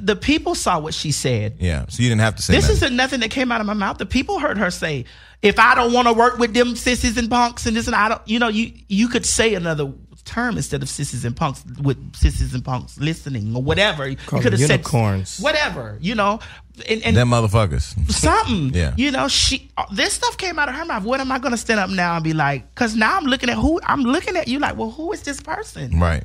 the people saw what she said. yeah, so you didn't have to say This nothing. isn't nothing that came out of my mouth. The people heard her say, "If I don't want to work with them sissies and punks and this and I don't, you know, you you could say another term instead of sissies and punks with sissies and punks listening or whatever. Call you could have them said unicorns. whatever, you know, and, and them motherfuckers. [laughs] something. Yeah. You know, she uh, this stuff came out of her mouth. What am I going to stand up now and be like? Because now I'm looking at who I'm looking at you like, well, who is this person? Right.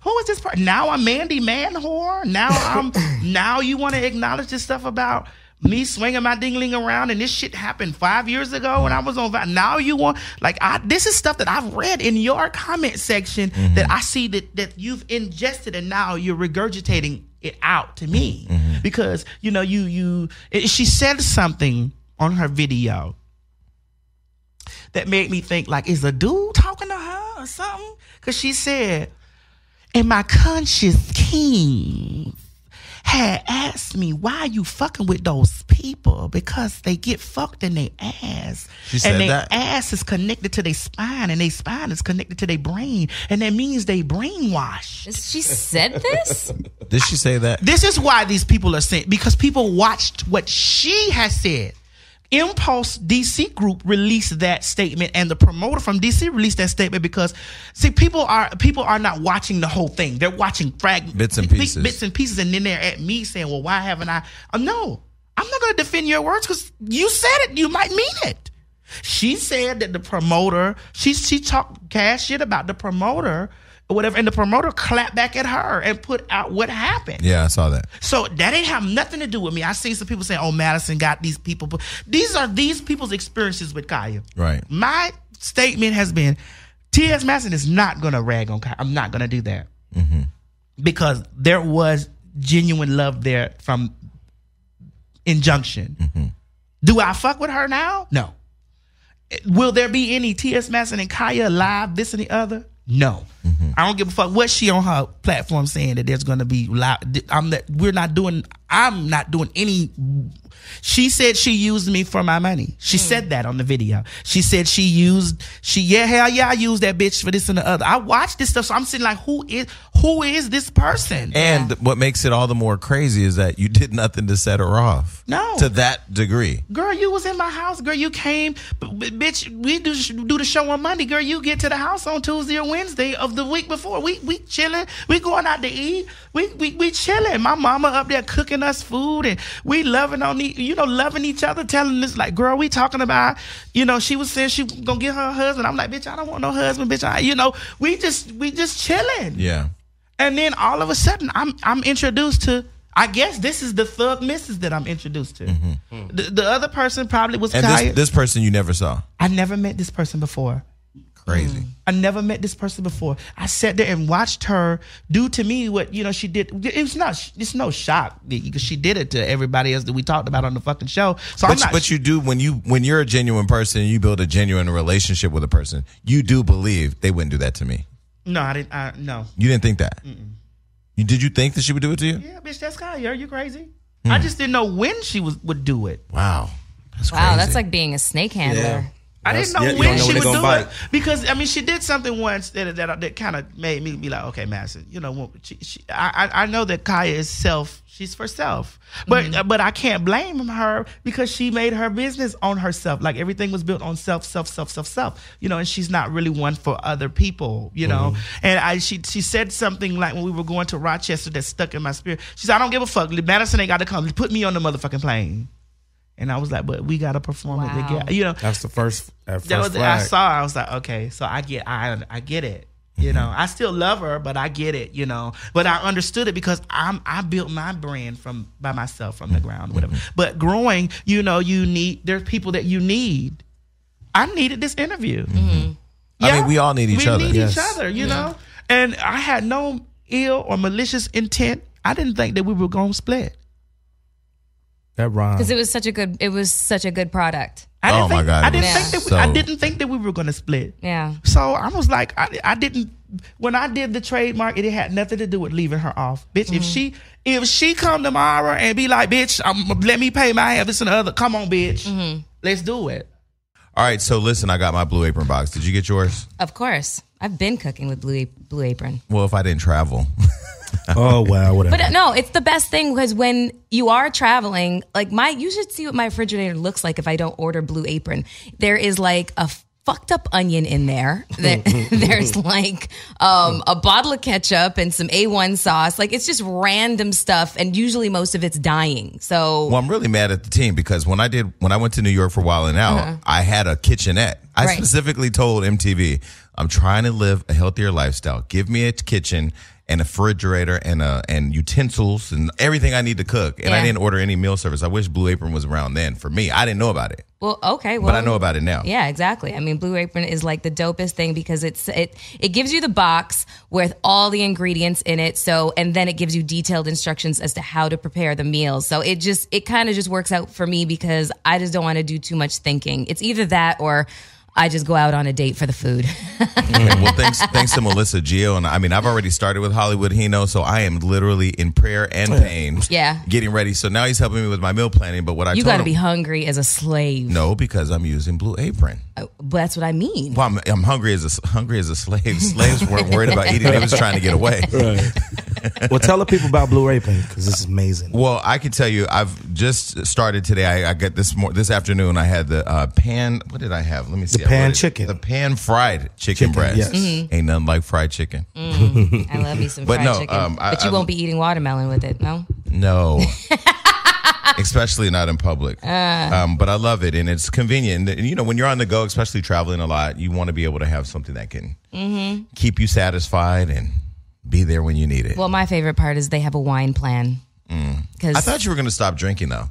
who is this person? Now I'm Mandy Man whore. Now I'm now you want to acknowledge this stuff about me swinging my dingling around and this shit happened five years ago when I was on. Vi- Now you want like I this is stuff that I've read in your comment section that I see that that you've ingested and now you're regurgitating it out to me because you know you you it- she said something on her video that made me think like is a dude talking to her or something because she said and my conscious king had asked me why you fucking with those people because they get fucked in their ass She said and their that? ass is connected to their spine and their spine is connected to their brain and that means they brainwashed She [laughs] said this? Did she say that? this is why these people are sent because people watched what she has said. Impulse DC Group released that statement, and the promoter from DC released that statement because, see, people are people are not watching the whole thing; they're watching fragments, Bits and bi- pieces. bits and pieces, and then they're at me saying, "Well, why haven't I?" Uh, no, I'm not going to defend your words because you said it. You might mean it. She said that the promoter, she she talked cash shit about the promoter or whatever, and the promoter clapped back at her and put out what happened. Yeah, I saw that. So that ain't have nothing to do with me. I seen some people saying, "Oh, Madison got these people," but these are these people's experiences with Kaya. Right. My statement has been, T.S. Madison is not going to rag on Kaya. I'm not going to do that because there was genuine love there from injunction. Do I fuck with her now? No. Will there be any T.S. Madison and Kaya live, this and the other? No. I don't give a fuck what she on her platform saying that there's gonna be live. I'm that we're not doing. I'm not doing any. She said she used me for my money. She said that on the video. She said she used she yeah hell yeah I used that bitch for this and the other. I watched this stuff, so I'm sitting like who is who is this person? And what makes it all the more crazy is that you did nothing to set her off. No. To that degree. Girl, you was in my house. Girl, you came. B- b- bitch, we do sh- do the show on Monday. Girl, you get to the house on Tuesday or Wednesday of the week before. We we chilling. We going out to eat. We we we chilling. My mama up there cooking us food and we loving on e- you know loving each other. Telling this like, girl, we talking about you know she was saying she gonna get her a husband. I'm like, bitch, I don't want no husband, bitch. I you know we just we just chilling. Yeah. And then all of a sudden, I'm I'm introduced to. I guess this is the thug missus that I'm introduced to. The, the other person probably was Mm-hmm. And Kaya. this, this person you never saw. I never met this person before. Crazy. I never met this person before. I sat there and watched her do to me what you know she did. It was not. It's no shock because she did it to everybody else that we talked about on the fucking show. So I'm But, not. but you do when you when you're a genuine person and you build a genuine relationship with a person, you do believe they wouldn't do that to me. no, I didn't. I, no. You didn't think that. You did you think that she would do it to you? Yeah, bitch, that's Kaya. Are you crazy? I Hmm. just didn't know when she was would do it. Wow. That's crazy. Wow, that's like being a snake handler. I didn't know Yeah, you when don't know she when would they do gonna it because I mean she did something once that that, that kind of made me be like, okay, Madison, you know, well, she, she, I I I know that Kaya is self, she's for self, but Mm-hmm. but I can't blame her because she made her business on herself. Like everything was built on self, self, self, self, self. You know, and she's not really one for other people. You know, Mm-hmm. and I she she said something like when we were going to Rochester that stuck in my spirit. She said, I don't give a fuck. Madison ain't got to come. Put me on the motherfucking plane. And I was like, but we gotta perform it Wow. together. You know, That's the first. That first that was I flag. saw. her, I was like, okay, so I get, I, I get it. You Mm-hmm. know, I still love her, but I get it. You know, but I understood it because I'm, I built my brand from by myself from the Mm-hmm. ground, whatever. But growing, you know, you need there's people that you need. I needed this interview. Mm-hmm. I mean, we all need each we other. need each Yes. other, you know. And I had no ill or malicious intent. I didn't think that we were gonna split. That rhymes. because it was such a good it was such a good product. I Oh didn't my think, God, I it didn't was think that we, I so- didn't think that we were gonna split. Yeah. So I was like, I, I didn't. When I did the trademark, it had nothing to do with leaving her off, bitch. If she if she come tomorrow and be like, bitch, um, let me pay my half, this and the other. Come on, bitch, let's do it. All right, so listen, I got my blue apron box. Did you get yours? Of course. I've been cooking with Blue, Blue Apron. Well, if I didn't travel. oh wow, whatever. But uh, no, it's the best thing because when you are traveling, like my, you should see what my refrigerator looks like if I don't order Blue Apron. There is like a fucked up onion in there. [laughs] There- [laughs] There's like um, a bottle of ketchup and some A1 sauce. Like it's just random stuff, and usually most of it's dying. So Well, I'm really mad at the team because when I did when I went to New York for Wild and Out, I had a kitchenette. I Uh-huh. Right. specifically told MTV, I'm trying to live a healthier lifestyle. Give me a kitchen and a refrigerator and a, and utensils and everything I need to cook. And I Yeah. didn't order any meal service. I wish Blue Apron was around then for me. I didn't know about it, well, okay. Well, but I know about it now. Yeah, exactly. I mean, Blue Apron is like the dopest thing because it's it it gives you the box with all the ingredients in it. So and then it gives you detailed instructions as to how to prepare the meals. So it just it kind of just works out for me because I just don't want to do too much thinking. It's either that or I just go out on a date for the food. well, thanks, thanks to Melissa Gio, and I mean, I've already started with Hollywood Hino, so I am literally in prayer and pain. Yeah. getting ready. So now he's helping me with my meal planning. But what I you told got to him, be hungry as a slave. Uh, no, because I'm using Blue Apron. But that's what [laughs] I mean. Well, I'm, I'm hungry as a hungry as a slave. [laughs] Slaves weren't worried about eating; they was trying to get away. [laughs] uh, well, tell the people about Blue Apron because this is amazing. Well, I can tell you, I've just started today. I, I got this more this afternoon. I had the uh, pan. What did I have? Let me see. I pan wrote it. chicken. The pan fried chicken, breast. yes. Mm-hmm. Ain't nothing like fried chicken. I love me some But Mm, fried no, chicken. um, I- but you I- won't be eating watermelon with it, no? No. [laughs] especially not in public. Uh. um, but I love it, and it's convenient. And you know, when you're on the go, especially traveling a lot, you want to be able to have something that can Mm-hmm. keep you satisfied and be there when you need it. Well, my favorite part is they have a wine plan. Because Mm. I thought you were going to stop drinking though.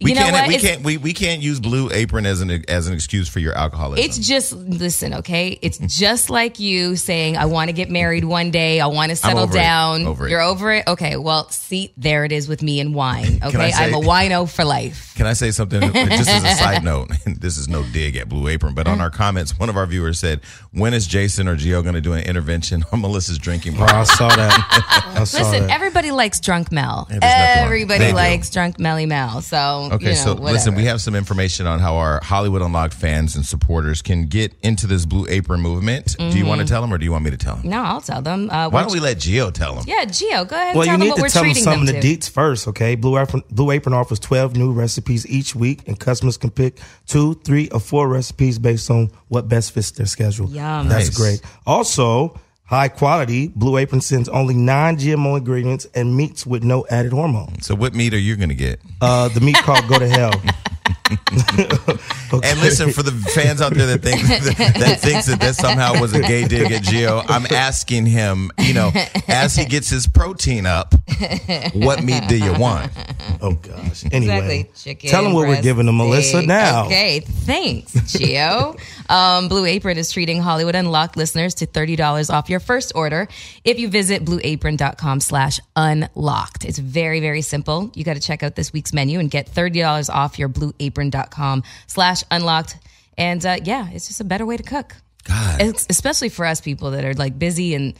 We You know can't. what? We It's- can't. We, we can't use Blue Apron as an as an excuse for your alcoholism. It's just listen, okay? It's Mm-hmm. just like you saying, "I want to get married one day. I want to settle over it. down." Over it. You're over it. Okay. Well, see, there it is with me [laughs] and wine. Okay, say- I'm a wino for life. Can I say [laughs] something? Just as a side note, [laughs] this is no dig at Blue Apron, but on our comments, one of our viewers said, "When is Jason or Gio going to do an intervention on [laughs] Melissa's drinking Oh, I problem?" saw that. I saw Listen, that. everybody likes drunk Mel. there's nothing wrong. They Everybody do. likes drunk Melly Mel. So Okay, you know, so listen, whatever. we have some information on how our Hollywood Unlocked fans and supporters can get into this Blue Apron movement. Do you want to tell them, or do you want me to tell them? Mm-hmm. No, I'll tell them. Why Uh, we're- don't we let Gio tell them? yeah, Geo, go ahead. and Well, tell you them need what to we're tell them treating some of the them to. deets first, okay? Blue Apron, Blue Apron offers 12 new recipes each week, and customers can pick two, three, or four recipes based on what best fits their schedule. Yum. That's Nice. great. Also, high quality, Blue Apron sends only nine GMO ingredients and meats with no added hormones. So, what meat are you going to get? Uh, the meat called Go to Hell. And listen for the fans out there that [laughs] think that thinks that that somehow was a gay dig at Gio. I'm asking him, you know, as he gets his protein up, what meat do you want? Oh, gosh. Anyway, [laughs] Exactly. Chicken. tell them what we're breast, giving to Melissa steak. now. Okay. Thanks, Gio. um, Blue Apron is treating Hollywood Unlocked listeners to $30 off your first order if you visit blueapron.com slash unlocked. It's very, very simple. You got to check out this week's menu and get $30 off your blueapron.com slash unlocked. And uh, yeah, it's just a better way to cook. God. Es- Especially for us people that are like busy and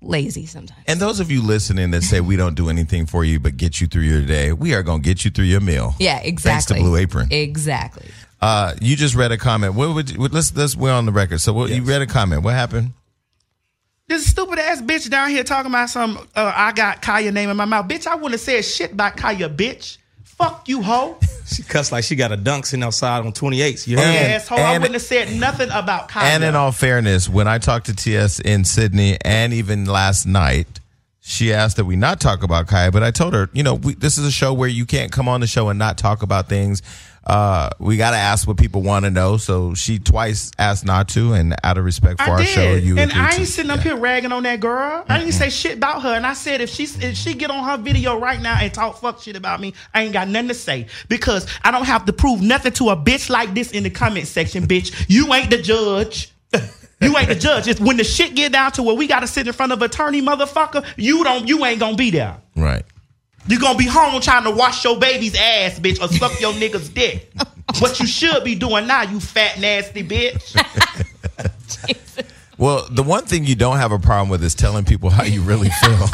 lazy sometimes. And those of you listening that say we don't do anything for you but get you through your day, we are going to get you through your meal. Yeah, exactly. Thanks to Blue Apron. Exactly. Uh, you just read a comment. What would you, let's let's we're on the record. So what, you read a comment. What happened? This stupid ass bitch down here talking about some. Uh, I got Kaya name in my mouth, bitch. I wouldn't have said shit about Kaya, bitch. Fuck you, hoe. She cussed like she got a dunk sitting outside on 28th. You heard [laughs] [laughs] And- me? asshole. I and- wouldn't have said nothing about Kaya. And in all fairness, when I talked to TS in Sydney and even last night, she asked that we not talk about Kaya, but I told her, you know, we, this is a show where you can't come on the show and not talk about things. Uh, we got to ask what people want to know. So she twice asked not to, and out of respect for I our did, show, you and agreed I to- ain't sitting up yeah. here ragging on that girl. I ain't say shit about her, and I said if she if she get on her video right now and talk fuck shit about me, I ain't got nothing to say because I don't have to prove nothing to a bitch like this in the comment section, bitch. You ain't the judge. [laughs] You ain't the judge. It's when the shit get down to where we gotta sit in front of attorney, motherfucker. You don't. You ain't gonna be there. Right. You're gonna be home trying to wash your baby's ass, bitch, or suck your nigga's dick. What you should be doing now, you fat nasty bitch. Well, the one thing you don't have a problem with is telling people how you [laughs] really feel.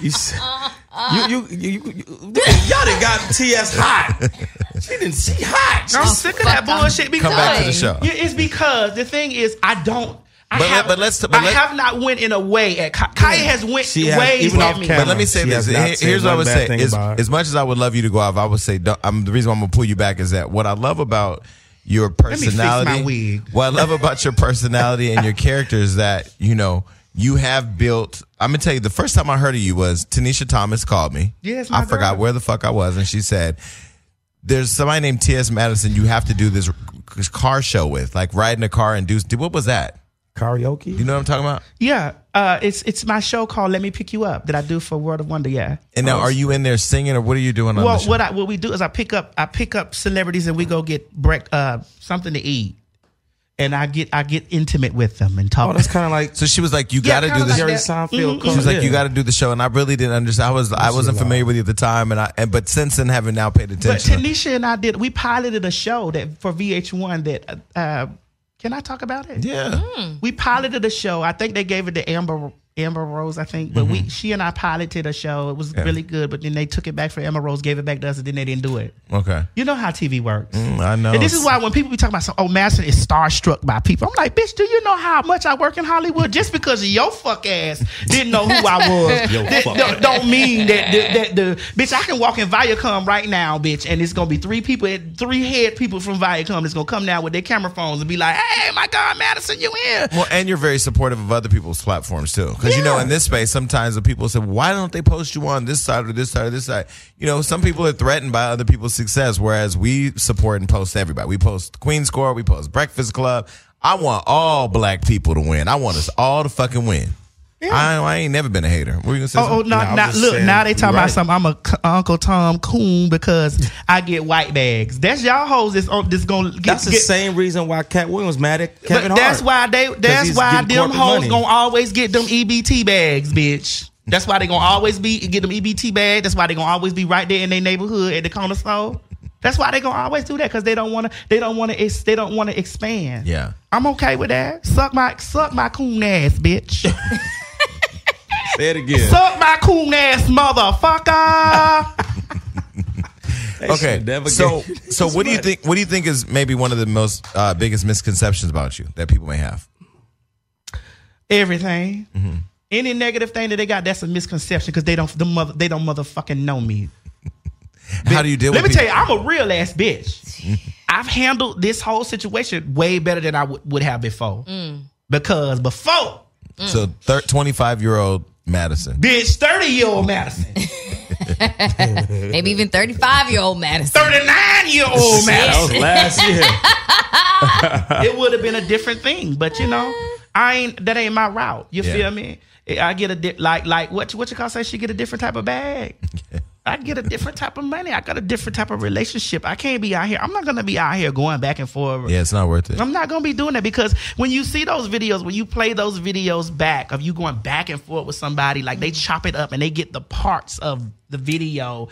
You, s- you, you, you, you, Y'all done got TS hot. She didn't see hot. I'm sick of that bullshit because Come back to the show. Yeah, it's because the thing is, I don't. I But let- have, but let's- but I let- have not went in a way at Ka- Kaya has went She has, ways even at off me. camera. But let me say She this. has not Here- said Here's what I one would bad say. thing As, about her. as much as I would love you to go off, I would say don't, I'm, the reason why I'm gonna pull you back is that what I love about your me fix my personality. wig. What I love about your personality and your character is that you know you have built. I'm gonna tell you. The first time I heard of you was Tanisha Thomas called me. Yes, my I forgot girl. where the fuck I was, and she said, "There's somebody named T.S. Madison. You have to do this this car show with, like riding a car and do. What was that? Karaoke? You know what I'm talking about? Yeah, uh, it's it's my show called Let Me Pick You Up that I do for World of Wonder. Yeah. And now, are you in there singing, or what are you doing on Well, the show? what I, what we do is I pick up I pick up celebrities and we go get break, uh, something to eat, and I get I get intimate with them and talk. Oh, that's kind of like so she was like, "You Yeah, got to kinda do this." like Jerry that. Seinfeld. She was like, "You got to do the show," and I really didn't understand. I was, I wasn't familiar with you at the time, and I, and but since then, haven't now paid But attention. Tanisha and I did we piloted a show that for VH1 that uh, uh, can I talk about it? yeah, we piloted a show. I think they gave it to Amber Amber Rose, I think. But we she and I piloted a show. It was really good, but then they took it back for Amber Rose, gave it back to us, and then they didn't do it. okay, You know how TV works. Mm, I know. Mm. And this is why when people be talking about, some, oh, Madison is starstruck by people. I'm like, bitch, do you know how much I work in Hollywood? Just because your fuck ass didn't know who I was, that- fuck don't, don't mean that, that, that the bitch. I can walk in Viacom right now, bitch, and it's gonna be three people, three head people from Viacom that's gonna come down with their camera phones and be like, hey, my God, Madison, you here? Well, and you're very supportive of other people's platforms too, because you know in this space sometimes the people say, "Why don't they post you on this side or this side or this side?" You know, some people are threatened by other people's success, whereas we support and post everybody. We post Queen's Score, we post Breakfast Club. I want all black people to win. I want us all to fucking win. I, I ain't never been a hater. What were you gonna say? Oh, oh something? no, Nah, I was no, just look, saying, now they talking about right. something. I'm a c- Uncle Tom [laughs] Coon because I get white bags. That's y'all hoes that's, on, that's gonna get, That's the get- same reason why Cat Williams mad at Kevin but that's Hart. why they. That's he's why getting them corporate hoes money. gonna always get them EBT bags, bitch. That's why they gonna always be get them E EBT bag. That's why they gonna always be right there in their neighborhood at the corner store. That's why they gonna always do that because they don't wanna. They don't wanna. Ex, they don't wanna expand. Yeah. I'm okay with that. Suck my suck my coon ass, bitch. [laughs] Say it again. suck my coon ass, motherfucker. okay. should never so, get- [laughs] so what do you think? What do you think is maybe one of the most uh, biggest misconceptions about you that people may have? everything. Any negative thing that they got, that's a misconception because they don't the mother they don't motherfucking know me. How do you deal Let me with? tell you, people? I'm a real ass bitch. I've handled this whole situation way better than I would would have before. Because before, Mm. So, thir- 25 year old Madison. bitch, 30 year old Madison, Maybe even 35 year old Madison. 39 year old That Madison, was [laughs] last year. it would have been a different thing. But you know, I ain't that ain't my route. You Yeah. feel me? I get a di- like like what what you call say she get a different type of [laughs] bag. I get a different type of money. I got a different type of relationship. I can't be out here. I'm not gonna be out here going back and forth. Yeah, it's not worth it. I'm not gonna be doing that because when you see those videos, when you play those videos back of you going back and forth with somebody, like they chop it up and they get the parts of the video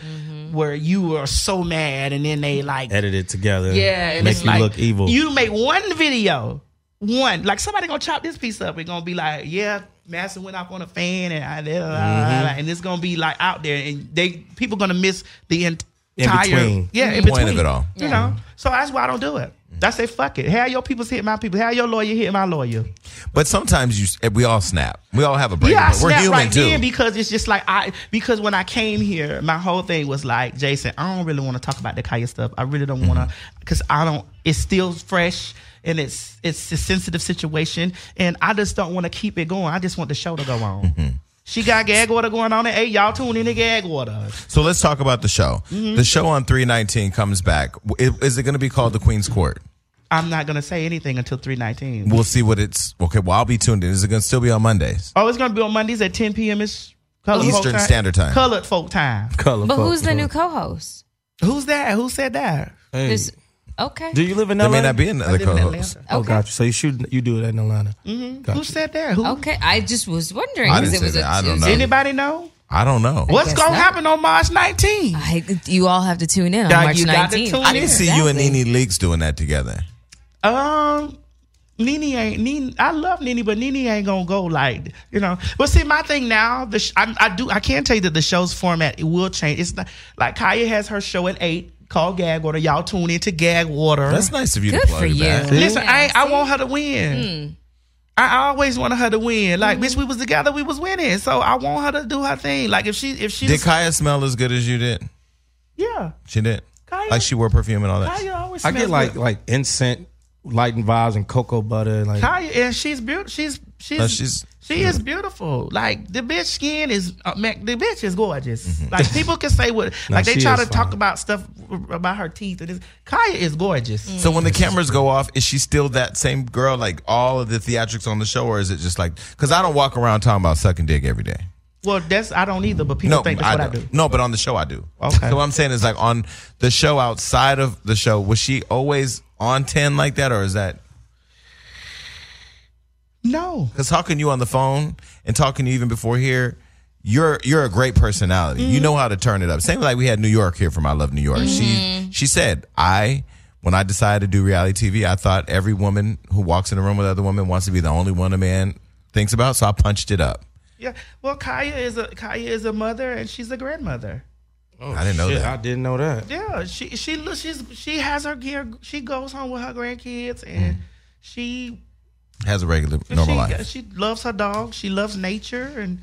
where you are so mad and then they like Edited together. Yeah, and Make it's you like- look evil. you make one video, one like somebody gonna chop this piece up. It's gonna be like, yeah, Master went off on a fan, and I, da, da, da, da, Mm-hmm. da, and it's gonna be like out there, and they people gonna miss the ent- In entire between. yeah, in Point between of it all. You know, so that's why I don't do it. I say fuck it. How your people's hit my people? How your lawyer hit my lawyer? But sometimes you, eh, we all snap. We all have a break. Yeah, I but we're snapped human right too. then because it's just like I because when I came here, my whole thing was like, Jason, I don't really want to talk about the Kaya stuff. I really don't want to Mm-hmm. because I don't. It's still fresh and it's it's a sensitive situation, and I just don't want to keep it going. I just want the show to go on. Mm-hmm. She got gag order going on, and hey, y'all tune in to gag order. so let's talk about the show. Mm-hmm. The show on 319 comes back. W- Is is it going to be called The Queen's Court? I'm not gonna say anything until three nineteen. We'll see what it's. Okay, well, I'll be tuned in. Is it going to still be on Mondays? Oh, it's gonna be on Mondays at ten p.m. It's colored folk Eastern time. Standard Time. Colored folk time. Color But folk. who's the new co host? Who's that? Who said that? Hey, This Okay. do you live in LA? There may not be another live in co host. Atlanta. Oh, Okay. gotcha. So you shoot, you do it in Atlanta. Mm-hmm. Who said that? Who? Okay. I just was wondering I because didn't it say was a that. I don't Tuesday. know. Anybody know? I don't know. What's guess gonna not. happen on March 19th? I, you all have to tune in on Yeah, March you got to 19th. tune I didn't see you and Exactly. Nene Leaks doing that together. Um, Nene ain't Nene. I love Nene, but Nene ain't gonna go like you know. But see, my thing now, the sh- I, I do. I can tell you that the show's format it will change. It's not like Kaya has her show at eight called Gag Order. Y'all tune into Gag Order. That's nice of you to Good plug for you. that. Listen, I ain't, I see? want her to win. I I always wanted her to win. Like, bitch, we was together, we was winning. So I want her to do her thing. Like, if she, if she, Did was- Kaya smell as good as you did? yeah, She did. Kaya- like she wore perfume and all that. Kaya always. I get smells like good. like incense, lighting vibes, and cocoa butter. Like Kaya, and she's beautiful. She's she's, No, she's she's she is beautiful. Like the bitch skin is uh, man, the bitch is gorgeous. Mm-hmm. [laughs] Like people can say what like they she try is to talk fine. about stuff about her teeth. And this Kaya is gorgeous. So when the cameras go off, is she still that same girl? Like all of the theatrics on the show, or is it just like? Because I don't walk around talking about sucking dick every day. Well, that's I don't either, but people No, think that's I what don't. I do. No, but on the show I do. Okay. So what I'm saying is like on the show outside of the show, was she always on ten like that, or is that? No, Because talking to you on the phone and talking to you even before here, you're you're a great personality. You Mm-hmm. know how to turn it up. Same like we had New York here from I Love New York. Mm-hmm. She she said I. When I decided to do reality TV, I thought every woman who walks in a room with other women wants to be the only one a man thinks about. So I punched it up. yeah. Well, Kaya is a Kaya is a mother and she's a grandmother. I didn't know oh, shit, that. I didn't know that. Yeah, she she loo- she's she has her gear. She goes home with her grandkids and she Has a regular Mm-hmm. normal she, life. she loves her dog. She loves nature and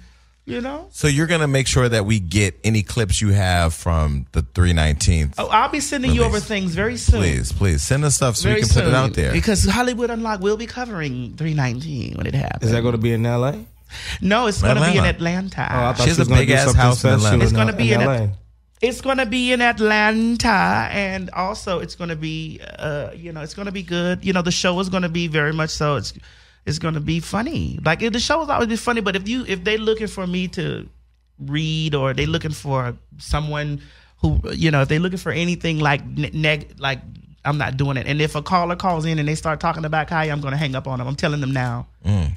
you know. So you're gonna make sure that we get any clips you have from the 319th. Oh, I'll be sending you Release. over things very soon. Please, please send us stuff so Very we can put it soon. out there. Because Hollywood Unlocked will be covering 319 when it happens. Is that going to be in L.A.? Oh, no, it's going to be in Atlanta. Atlanta. Oh, I She has a gonna do big-ass something house in special Atlanta. It's gonna be in L.A. it's going to be in Atlanta, and also it's going to be, uh, you know, it's going to be good. You know, the show is going to be very much so. It's it's going to be funny. Like the show is always be funny, but if you if they looking for me to read or they looking for someone who you know if they looking for anything like ne- neg like I'm not doing it. And if a caller calls in and they start talking about Kaya, I'm going to hang up on them. I'm telling them now.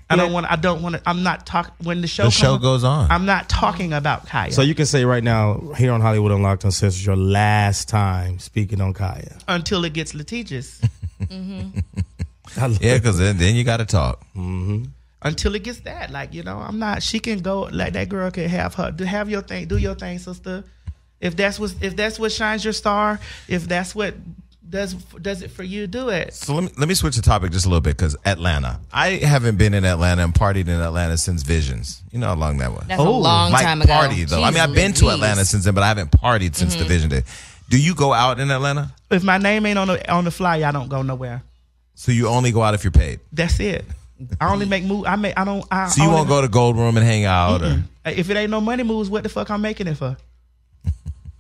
I don't want. I don't want to. I'm not talking when the show Mm. The show come- goes on. I'm not talking about Kaya So you can say right now here on Hollywood Unlocked Uncensored, your last time speaking on Kaya. until it gets litigious. I love yeah, because then, then you got to talk. until it gets that. Like you know, I'm not. She can go. Like that girl can have her. Do have your thing. Do your thing, sister. If that's what if that's what shines your star. If that's what does does it for you, do it. So let me let me switch the topic just a little bit because Atlanta. I haven't been in Atlanta and partied in Atlanta since Visions. You know how long that was. That's Oh, a long like time ago. party though. I mean, I've been to Jeez Atlanta Louise. Mm-hmm. since then, but I haven't partied since the Vision day. Do you go out in Atlanta? If my name ain't on the on the flyer, I don't go nowhere. So you only go out if you're paid. That's it. I only make move. I make. I don't. I Oh, So you only- won't go to Gold Room and hang out, or If it ain't no money moves, what the fuck I'm making it [laughs] for?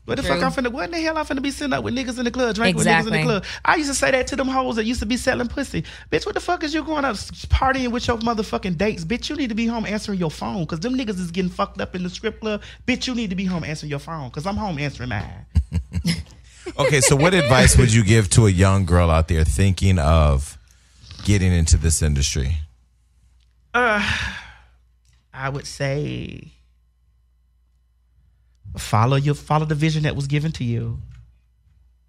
What the True. fuck I'm finna? What in the hell I'm finna be sitting up with niggas in the club, drinking with niggas Exactly. in the club? I used to say that to them hoes that used to be selling pussy. Bitch, what the fuck is you going up partying with your motherfucking dates? Bitch, you need to be home answering your phone because them niggas is getting fucked up in the strip club. Bitch, you need to be home answering your phone because I'm home answering mine. okay. So what advice would you give to a young girl out there thinking of getting into this industry? Uh, I would say follow your follow the vision that was given to you.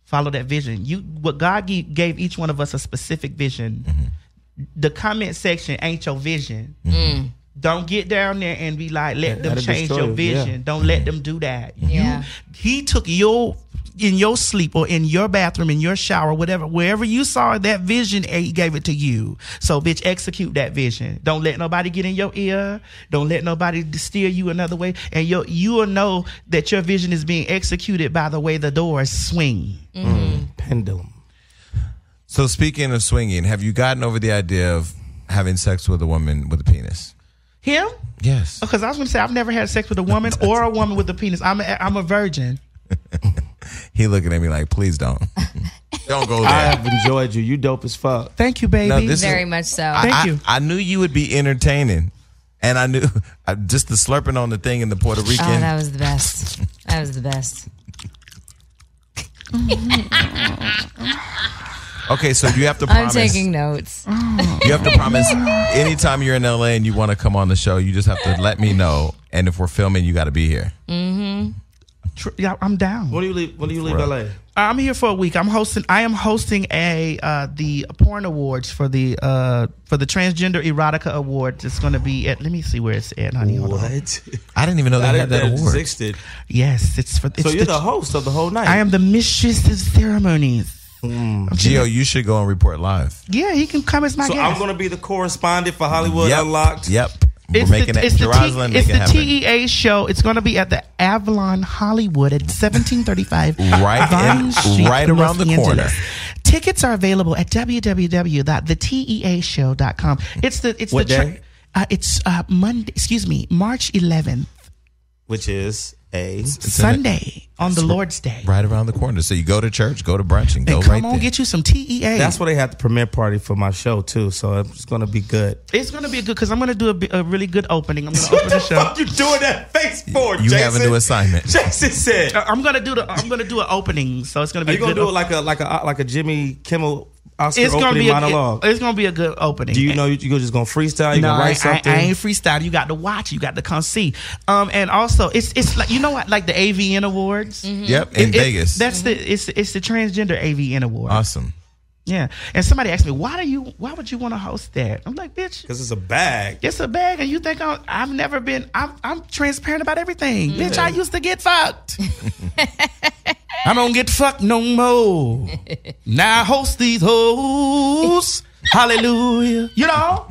Follow that vision. You what God gave, gave each one of us a specific vision. Mm-hmm. The comment section ain't your vision. Don't get down there and be like, let them that'd change destroy your you, vision. yeah. Don't let them do that. Yeah. He took your in your sleep or in your bathroom, in your shower, whatever, wherever you saw that vision, eh, he gave it to you. So, bitch, execute that vision. Don't let nobody get in your ear. Don't let nobody steer you another way. And you you will know that your vision is being executed by the way the doors swing. Mm. pendulum. So speaking of swinging, have you gotten over the idea of having sex with a woman with a penis? Him? Yes. Because I was going to say I've never had sex with a woman or a woman with a penis. I'm a, I'm a virgin. He looking at me like, please don't, [laughs] don't go there. I have enjoyed you. You dope as fuck. Thank you, baby. No, this Very is- much so. I- Thank I, you. I knew you would be entertaining, and I knew [laughs] I, just the slurping on the thing in the Puerto Rican. oh, that was the best. [laughs] That was the best. Okay, so you have to I'm promise. taking notes. You [laughs] have to promise anytime you're in LA and you want to come on the show, you just have to let me know. And if we're filming, you got to be here. Tr- yeah, I'm down. When do you leave? When do you leave Right. LA? I'm here for a week. I'm hosting. I am hosting a uh, the porn awards for the uh, for the transgender erotica awards. It's going to be at. Let me see where it's at, honey. Hold on. I didn't even know they I had that didn't that award. existed. Yes, it's for. It's So you're the host of the whole night. I am the mistress of ceremonies. Geo, you should go and report live. Yeah, he can come as my So guest. I'm going to be the correspondent for Hollywood yep. Unlocked. Yep. it's We're making the, it. it's the, Jerusalem, T, E it's make it the happen. TEA show. It's going to be at the Avalon Hollywood at 1735 Right Vine in- Street, right around Los the corner. Angeles. Tickets are available at E www.theteashow.com. It's the it's What the day? uh, it's uh, Monday. Excuse me, March 11th, Which is a Sunday on the Lord's Day. Right around the corner. So you go to church, go to brunch, and go And come right on, there. get you some E TEA. That's where they had the premiere party for my show too, so it's gonna be good. it's going to be good because I'm going to do a, bi- a really good opening. I'm going to open the show. [laughs] you doing that face for? you have a new assignment. Jason said. I- I'm gonna do the. I'm gonna do an opening, so it's gonna be. Are a you gonna good do it op- like a like a uh, like a Jimmy Kimmel Oscar it's gonna opening be a, monologue? it- it's gonna be a good opening. Do you know you- you're just gonna freestyle? You No, gonna I, write I, something? I ain't freestyle. You got to watch. You got to come see. Um, and also, it's it's like you know what, like the AVN Awards Yep, in It- it- Vegas. that's the it's it's the transgender AVN Award. awesome. Yeah. And somebody asked me, why do you why would you want to host that? I'm like, bitch, Cause it's a bag. it's a bag, and you think I'm, I've never been. I'm I'm transparent about everything, bitch. I used to get fucked. I don't get fucked no more. Now I host these hoes. Hallelujah. You know?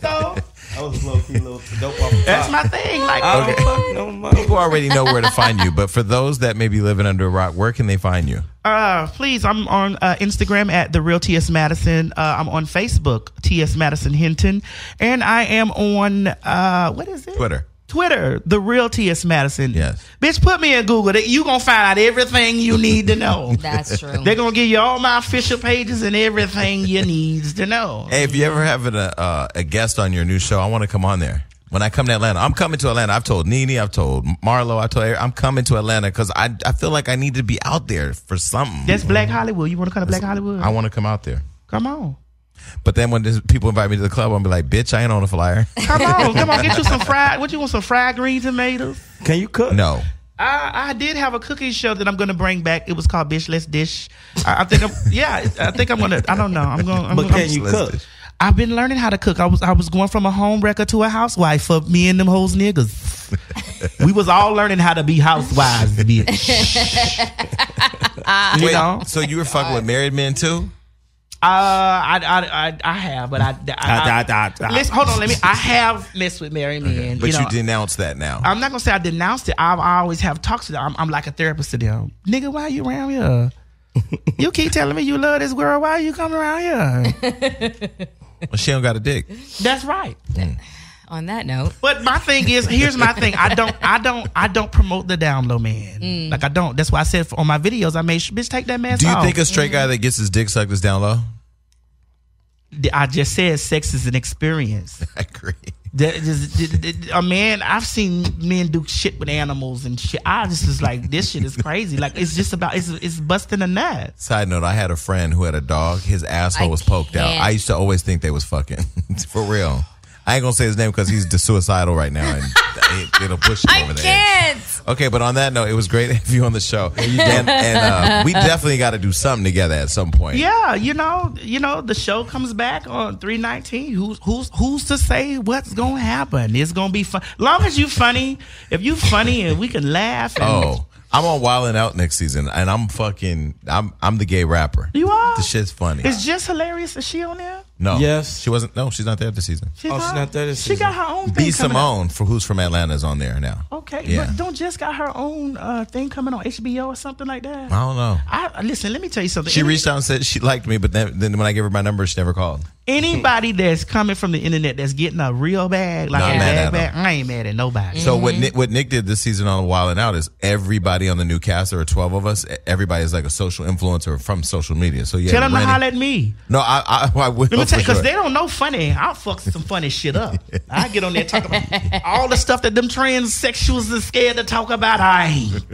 So I was low key, little dope off the that's my thing. Like I don't fuck no more. People already know where to find you, but for those that may be living under a rock, where can they find you? Uh, please, I'm on uh, Instagram at the real TS Madison. Uh, I'm on Facebook TS Madison Hinton, and I am on uh, what is it? Twitter. Twitter, the real TS Madison. Yes. bitch, put me in Google. They- You gonna find out everything you need to [laughs] know. That's true. They're gonna give you all my official pages and everything you needs to know. Hey, if you ever have a, uh, a guest on your new show, I want to come on there. When I come to Atlanta, I'm coming to Atlanta. I've told Nene, I've told Marlo, I told her, I'm coming to Atlanta because I, I feel like I need to be out there for something. That's Black Hollywood. You wanna come to Black Hollywood? I want to come out there. come on. But then when this, people invite me to the club, I'm be like, bitch, I ain't on a flyer. [laughs] Come on, come on, get you some fried. What you want? Some fried green tomatoes? Can you cook? no. I, I did have a cooking show that I'm gonna bring back. It was called Bitch Let's Dish. I, I think I'm [laughs] yeah. I think I'm gonna. I don't know. I'm gonna. I'm But gonna can you cook? I've been learning how to cook. I was I was going from a home wrecker to a housewife for me and them hoes niggas. we was all learning how to be housewives, bitch. you Wait, know, so you were fucking with married men too? uh, I, I I I have, but I I, Da, da, da. I uh, listen. Hold on, let me. I have messed with married men, But you, know. denounce that now. I'm not gonna say I denounced it. I've, I always have talks to them. I'm, I'm like a therapist to them. Nigga, why you around [laughs] here? you keep telling me you love this girl. Why you coming around here? Well, she don't got a dick. That's right. On that note, But my thing is, here's my thing. I don't, I don't, I don't promote the down low man. Like I don't. That's why I said on my videos, I made sure, bitch take that mask Do you off. think a straight guy that gets his dick sucked is down low? I just said sex is an experience. [laughs] I agree. That is- th- th- th- a man, I've seen men do shit with animals and shit. I just was like, this shit is crazy. Like it's just about it's it's busting a nut. Side note, I had a friend who had a dog. His asshole I was poked out. can't. I used to always think they was fucking. [laughs] For real. I ain't gonna say his name because he's suicidal right now and it, it'll push him [laughs] I over there. can't. Okay, but on that note, it was great [laughs] to have you on the show. And, and uh, we definitely got to do something together at some point. Yeah, you know, you know, the show comes back on three nineteen. Who's who's who's to say what's gonna happen? It's gonna be fun. Long as you funny, if you funny and we can laugh. And Oh, I'm on Wildin' Out next season, and I'm fucking. I'm I'm the gay rapper. you are. The shit's funny. It's just hilarious. Is she on there? No. Yes. She wasn't. No, she's not there this season. She's Oh, she's not there this She got season. her own thing B coming. out. Oh. Simone, for who's from Atlanta, is on there now. Okay, Yeah. but don't just got her own uh, thing coming on HBO or something like that. I don't know. I uh, listen. Let me tell you something. She Any- reached out and said she liked me, but then, then when I gave her my number, she never called. anybody that's coming from the internet that's getting a real bag, like Not a mad bag at Mm. bag. I ain't mad at nobody. So what Nick, what Nick did this season on Wild and Out is everybody on the new cast, there are twelve of us. Everybody is like a social influencer from social media. So yeah, Tell them to Randy- holler at me. No, I I, I would. Let me Oh, for because sure. they don't know funny. I'll fuck some funny shit [laughs] up. I get on there talking about all the stuff that them transsexuals are scared to talk about. I ain't.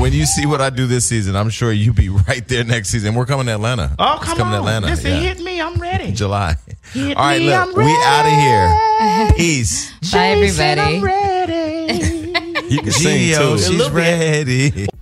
when you see what I do this season, I'm sure you be [laughs] right there next season. We're coming to Atlanta. Oh, It's come coming on. to Atlanta. Listen, yeah. hit me. I'm ready. [laughs] July. Hit All right, me, look, I'm we out of [laughs] here. Peace. Bye, Jason, [laughs] everybody. I'm ready. You can sing Gio, too. she's ready.